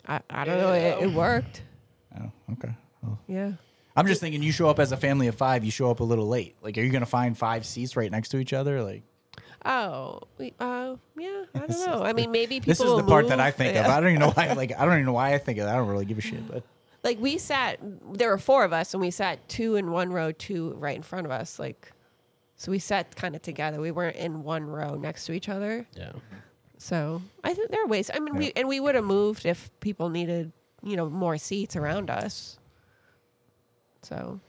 Speaker 3: I, I don't know. It, it worked.
Speaker 2: Oh, okay. Well,
Speaker 3: Yeah.
Speaker 2: I'm just thinking, you show up as a family of five, you show up a little late. Like, are you gonna find five seats right next to each other? Like,
Speaker 3: Oh, we, uh, yeah. I don't know. I mean, maybe people.
Speaker 2: this is
Speaker 3: will
Speaker 2: the part that
Speaker 3: move.
Speaker 2: I think of.
Speaker 3: Yeah.
Speaker 2: I don't even know
Speaker 3: (laughs)
Speaker 2: why. Like, I don't even know why I think of that. I don't really give a shit. But
Speaker 3: Like we sat. There were four of us, and we sat two in one row, two right in front of us. Like, so we sat kind of together. We weren't in one row next to each other.
Speaker 1: Yeah,
Speaker 3: So I think there are ways. I mean, we and we would have moved if people needed, you know, more seats around us. So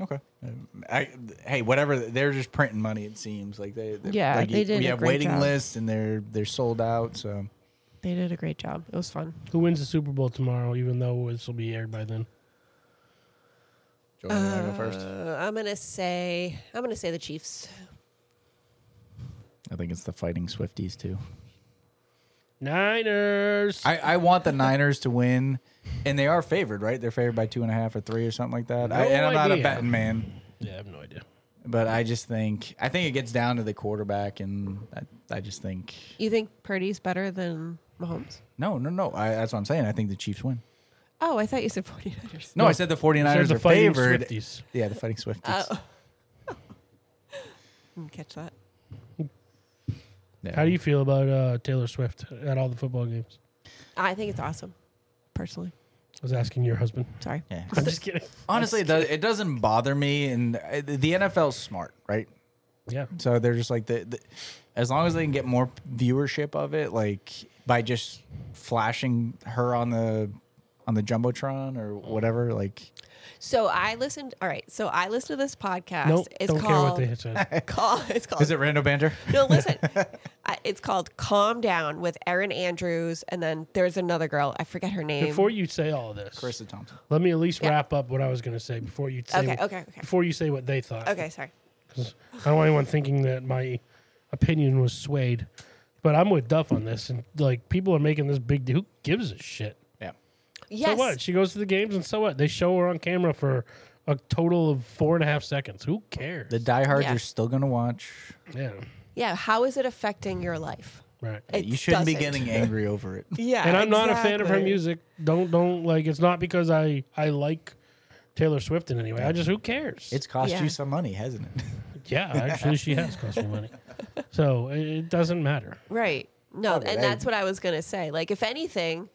Speaker 2: Okay. Um, I, hey, whatever. They're just printing money. It seems like they. they
Speaker 3: Yeah,
Speaker 2: like
Speaker 3: they
Speaker 2: you-
Speaker 3: did
Speaker 2: We
Speaker 3: a
Speaker 2: have
Speaker 3: great
Speaker 2: waiting
Speaker 3: job.
Speaker 2: lists, and they're they're sold out. So
Speaker 3: they did a great job. It was fun.
Speaker 1: who wins the Super Bowl tomorrow? Even though this will be aired by then.
Speaker 2: Jordan, you wanna go first.
Speaker 3: Uh, I'm gonna say I'm gonna say the Chiefs.
Speaker 2: I think it's the Fighting Swifties too.
Speaker 1: Niners.
Speaker 2: I, I want the Niners to win, and they are favored, right? They're favored by two and a half or three or something like that. I,
Speaker 1: No
Speaker 2: and I'm not a
Speaker 1: idea.
Speaker 2: betting man,
Speaker 1: yeah, I have no idea.
Speaker 2: but I just think I think it gets down to the quarterback, and I, I just think
Speaker 3: You think Purdy's better than Mahomes?
Speaker 2: no, no, no. I, that's what I'm saying. I think the Chiefs win.
Speaker 3: Oh, I thought you said (laughs) 49ers.
Speaker 2: No, I said the 49ers
Speaker 1: the
Speaker 2: are
Speaker 1: Fighting
Speaker 2: favored.
Speaker 1: Swifties.
Speaker 2: Yeah, the Fighting Swifties.
Speaker 3: Oh. (laughs) Didn't catch that.
Speaker 2: Yeah.
Speaker 1: How do you feel about uh, Taylor Swift at all the football games?
Speaker 3: I think it's awesome. Personally,
Speaker 1: I was asking your husband. (laughs)
Speaker 3: sorry.
Speaker 2: (laughs) Yeah.
Speaker 1: I'm just kidding.
Speaker 2: Honestly, it, does, it doesn't bother me, and uh, the NFL's smart, right?
Speaker 1: Yeah,
Speaker 2: So they're just like the, the, as long as they can get more viewership of it, like by just flashing her on the on the jumbotron or whatever. Like
Speaker 3: So I listened. All right. So I listened to this podcast.
Speaker 1: Nope,
Speaker 3: it's
Speaker 1: don't
Speaker 3: called.
Speaker 1: care what they said.
Speaker 3: (laughs) call, it's called.
Speaker 2: is it Rando Banter?
Speaker 3: no, listen. I, it's called "Calm Down" with Erin Andrews, and then there's another girl. I forget her name.
Speaker 1: Before you say all this,
Speaker 2: Carissa Thompson.
Speaker 1: let me at least
Speaker 3: Yeah.
Speaker 1: wrap up what I was going to say before you say
Speaker 3: Okay,
Speaker 1: what,
Speaker 3: okay, okay.
Speaker 1: before you say what they thought.
Speaker 3: okay, sorry.
Speaker 1: 'Cause I don't want anyone thinking that my opinion was swayed. But I'm with Duff on this, and like people are making this big. Who gives a shit?
Speaker 2: Yeah.
Speaker 3: Yes.
Speaker 1: So what? She goes to the games, and so what? They show her on camera for a total of four and a half seconds. Who cares?
Speaker 2: The diehards
Speaker 3: Yeah.
Speaker 2: are still gonna watch.
Speaker 1: yeah,
Speaker 3: Yeah. How is it affecting your life?
Speaker 1: right.
Speaker 3: It
Speaker 2: you shouldn't be
Speaker 3: doesn't.
Speaker 2: getting angry over it.
Speaker 3: (laughs) Yeah.
Speaker 1: and I'm not a fan of her
Speaker 3: exactly.
Speaker 1: music. Don't don't like. It's not because I I like Taylor Swift in any way. I just who cares?
Speaker 2: It's cost
Speaker 3: Yeah.
Speaker 2: you some money, hasn't it?
Speaker 1: yeah. Actually, she has cost me money, so it, it doesn't matter.
Speaker 3: Right. No,
Speaker 2: Probably
Speaker 3: and
Speaker 2: they-
Speaker 3: that's what I was going to say. Like, if anything,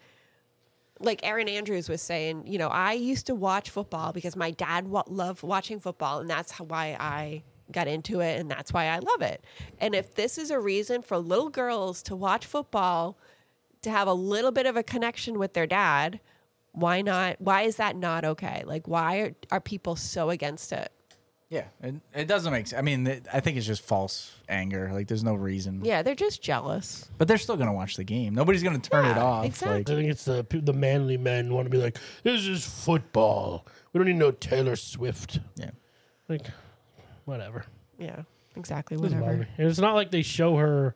Speaker 3: like Aaron Andrews was saying, you know, I used to watch football because my dad wa- loved watching football, and that's how, why I got into it, and that's why I love it. And if this is a reason for little girls to watch football, to have a little bit of a connection with their dad, why not? Why is that not okay? Like, why are, are people so against it?
Speaker 2: (laughs) Yeah, and it doesn't make. sense. I mean, it, I think it's just false anger. Like, there's no reason.
Speaker 3: Yeah, they're just jealous.
Speaker 2: But they're still gonna watch the game. Nobody's gonna turn it
Speaker 3: Yeah,
Speaker 2: off.
Speaker 1: I
Speaker 3: exactly.
Speaker 1: think it's the the manly men want to be like, this is football. We don't need no Taylor Swift.
Speaker 2: Like, yeah.
Speaker 1: Like, whatever.
Speaker 3: Yeah, exactly.
Speaker 1: Doesn't bother
Speaker 3: Whatever.
Speaker 1: me. And it's not like they show her.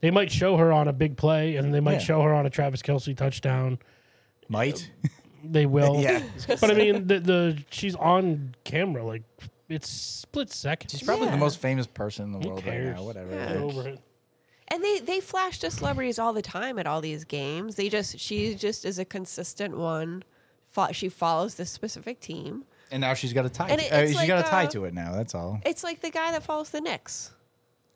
Speaker 1: They might show her on a big play, and they might
Speaker 2: Yeah.
Speaker 1: show her on a Travis Kelsey touchdown.
Speaker 2: (laughs) Might.
Speaker 1: They will.
Speaker 2: (laughs) yeah.
Speaker 1: But I mean, the, the she's on camera. Like it's split seconds.
Speaker 2: She's probably
Speaker 3: Yeah.
Speaker 2: the most famous person in the world right
Speaker 1: cares?
Speaker 2: now. Whatever.
Speaker 3: Yeah.
Speaker 1: Get
Speaker 2: Like,
Speaker 1: over it.
Speaker 3: And they they flash to celebrities all the time at all these games. They just she just is a consistent one. Fo- She follows this specific team.
Speaker 2: And now she's got a tie.
Speaker 3: And it-
Speaker 2: uh,
Speaker 3: it's
Speaker 2: she's
Speaker 3: like,
Speaker 2: got a tie
Speaker 3: uh,
Speaker 2: to it now. That's all.
Speaker 3: It's like the guy that follows the Knicks.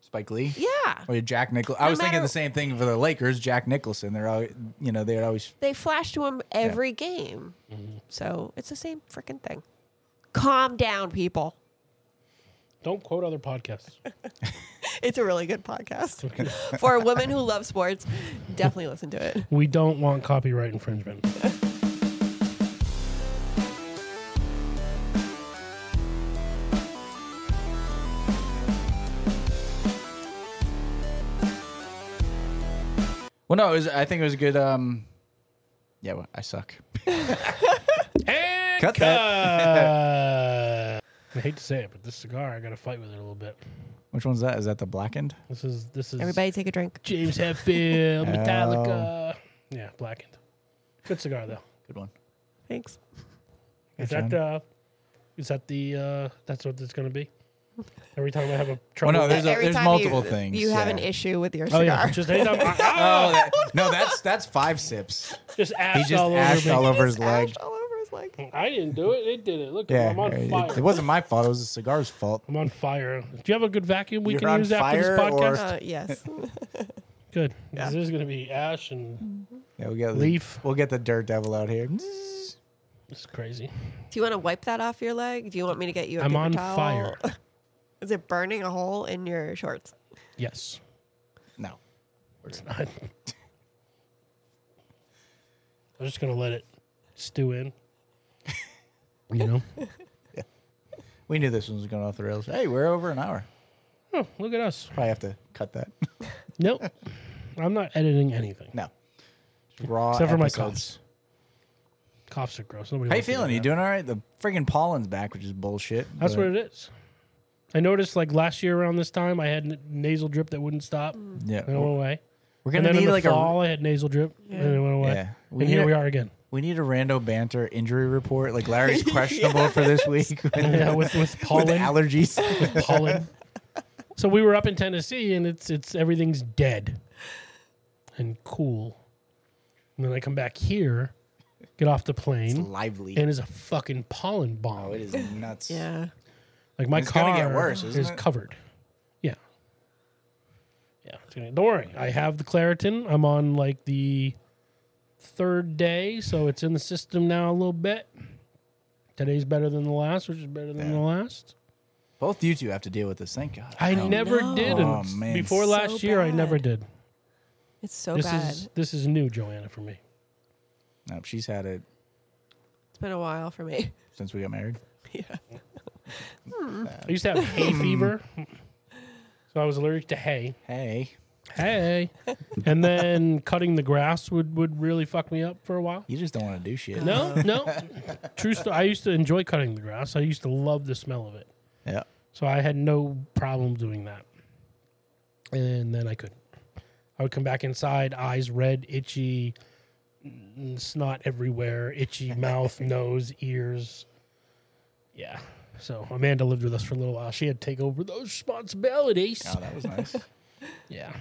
Speaker 2: Spike Lee.
Speaker 3: Yeah,
Speaker 2: Or Jack Nicholson. I
Speaker 3: No
Speaker 2: was thinking
Speaker 3: matter-
Speaker 2: the same thing for the Lakers. Jack Nicholson. They're all, you know, they're always.
Speaker 3: they flash to him every game.
Speaker 2: Mm-hmm.
Speaker 3: So it's the same freaking thing. Calm down, people.
Speaker 1: Don't quote other podcasts.
Speaker 3: It's a really good (laughs) podcast for a woman who loves sports. Definitely listen to it.
Speaker 1: We don't want copyright infringement.
Speaker 2: Well, no, it was, I think it was a good. Um, yeah, well, I suck.
Speaker 1: And
Speaker 2: Cut
Speaker 1: cut. (laughs) I hate to say it, but this cigar, I got to fight with it a little bit.
Speaker 2: Which one's that? Is that the blackened?
Speaker 1: This is this is
Speaker 3: Everybody take a drink.
Speaker 1: James Hetfield,
Speaker 2: (laughs)
Speaker 1: Metallica.
Speaker 2: Oh.
Speaker 1: Yeah, blackened. Good cigar though.
Speaker 2: Good one.
Speaker 3: Thanks.
Speaker 1: Is
Speaker 2: Good
Speaker 1: that uh, is that the uh, that's what it's gonna be? Every time I have
Speaker 2: (laughs)
Speaker 1: a trouble.
Speaker 2: no, There's a-
Speaker 3: Every
Speaker 2: there's
Speaker 3: time
Speaker 2: multiple
Speaker 3: you,
Speaker 2: things,
Speaker 3: You have
Speaker 2: yeah.
Speaker 3: an issue with your
Speaker 1: oh
Speaker 3: cigar.
Speaker 1: yeah, just anytime I-
Speaker 2: Oh, that, no, that's that's five
Speaker 1: (laughs)
Speaker 2: sips.
Speaker 1: just
Speaker 2: (laughs) He
Speaker 1: ash
Speaker 2: just
Speaker 1: all over
Speaker 2: ashed
Speaker 1: me.
Speaker 2: all over his
Speaker 3: Just
Speaker 2: leg.
Speaker 3: ashed all over his leg.
Speaker 1: I didn't do it. They did it. Look,
Speaker 2: Yeah,
Speaker 1: I'm on
Speaker 2: it-
Speaker 1: fire.
Speaker 2: It, wasn't my fault. It was the cigar's fault.
Speaker 1: I'm on fire. Do you have a good vacuum we
Speaker 2: You're
Speaker 1: can
Speaker 2: on
Speaker 1: use after this
Speaker 2: fire or-
Speaker 1: podcast?
Speaker 3: Uh, yes.
Speaker 1: Good. 'Cause
Speaker 3: Yeah.
Speaker 1: There's gonna be ash and
Speaker 2: Yeah, we'll get the,
Speaker 1: Leaf.
Speaker 2: We'll get the dirt devil out here.
Speaker 1: it's crazy.
Speaker 3: Do you want to wipe that off your leg? Do you want me to get you a
Speaker 1: I'm
Speaker 3: paper
Speaker 1: on (laughs)
Speaker 3: towel?
Speaker 1: fire.
Speaker 3: Is it burning a hole in your shorts?
Speaker 1: Yes.
Speaker 2: No.
Speaker 1: It's not. I'm just gonna let it stew in. (laughs) You know?
Speaker 2: We knew this one was going off the rails. Hey, we're over an hour.
Speaker 1: oh, look at us.
Speaker 2: Probably have to cut that. (laughs)
Speaker 1: Nope. I'm not editing anything.
Speaker 2: No. Raw.
Speaker 1: Except for my
Speaker 2: episodes.
Speaker 1: coughs. Coughs are gross. Nobody
Speaker 2: How
Speaker 1: wants
Speaker 2: you
Speaker 1: to do
Speaker 2: feeling? You
Speaker 1: that.
Speaker 2: doing all right? The friggin' pollen's back, which is bullshit.
Speaker 1: That's
Speaker 2: but-
Speaker 1: what it is. I noticed like last year around this time I had n- nasal drip that wouldn't stop and
Speaker 2: Yeah.
Speaker 1: it went away.
Speaker 2: We're
Speaker 1: And
Speaker 2: gonna
Speaker 1: then in
Speaker 2: need
Speaker 1: the
Speaker 2: like
Speaker 1: fall
Speaker 2: a
Speaker 1: I had nasal drip and it went away.
Speaker 2: Yeah. We
Speaker 1: and
Speaker 2: need
Speaker 1: here
Speaker 2: a-
Speaker 1: we are again.
Speaker 2: we need a rando banter injury report. Like Larry's questionable for this week
Speaker 1: (laughs)
Speaker 2: with,
Speaker 1: yeah, with with
Speaker 2: (laughs) with
Speaker 1: pollen.
Speaker 2: (laughs) allergies.
Speaker 1: pollen. (laughs) so we were up in Tennessee, and it's it's everything's dead and cool. And then I come back here, get off the
Speaker 2: It's
Speaker 1: plane,
Speaker 2: lively.
Speaker 1: and it's a fucking pollen bomb.
Speaker 2: oh, it is nuts.
Speaker 3: Yeah.
Speaker 1: Like my
Speaker 2: It's
Speaker 1: car
Speaker 2: gonna get worse, isn't
Speaker 1: is
Speaker 2: it?
Speaker 1: covered. Yeah. Yeah. it's gonna- don't worry. I have the Claritin. I'm on like the third day, so it's in the system now a little bit. Today's better than the last, which is better than
Speaker 2: Yeah.
Speaker 1: the last.
Speaker 2: Both you two have to deal with this. Thank God.
Speaker 1: I never
Speaker 3: no.
Speaker 1: did.
Speaker 2: Oh,
Speaker 1: and
Speaker 2: man.
Speaker 1: Before
Speaker 2: So
Speaker 1: last year, I never
Speaker 3: bad.
Speaker 1: did.
Speaker 3: It's so
Speaker 1: this
Speaker 3: bad.
Speaker 1: is this is new, Joanna, for me.
Speaker 2: Nope, she's had it
Speaker 3: been a while for me.
Speaker 2: since we got married.
Speaker 3: yeah.
Speaker 1: I used to have hay
Speaker 2: Hmm.
Speaker 1: fever. So I was allergic to hay.
Speaker 2: Hey,
Speaker 1: Hey. and then cutting the grass would, would really fuck me up for a while.
Speaker 2: you just don't want to do shit.
Speaker 1: No, no. True story. I used to enjoy cutting the grass. I used to love the smell of it.
Speaker 2: Yeah.
Speaker 1: So I had no problem doing that. And then I couldn't. I would come back inside, eyes red, itchy, n- snot everywhere, itchy mouth, nose, ears. Yeah. So Amanda lived with us for a little while. She had to take over those responsibilities.
Speaker 2: Oh, that was nice.
Speaker 1: Yeah.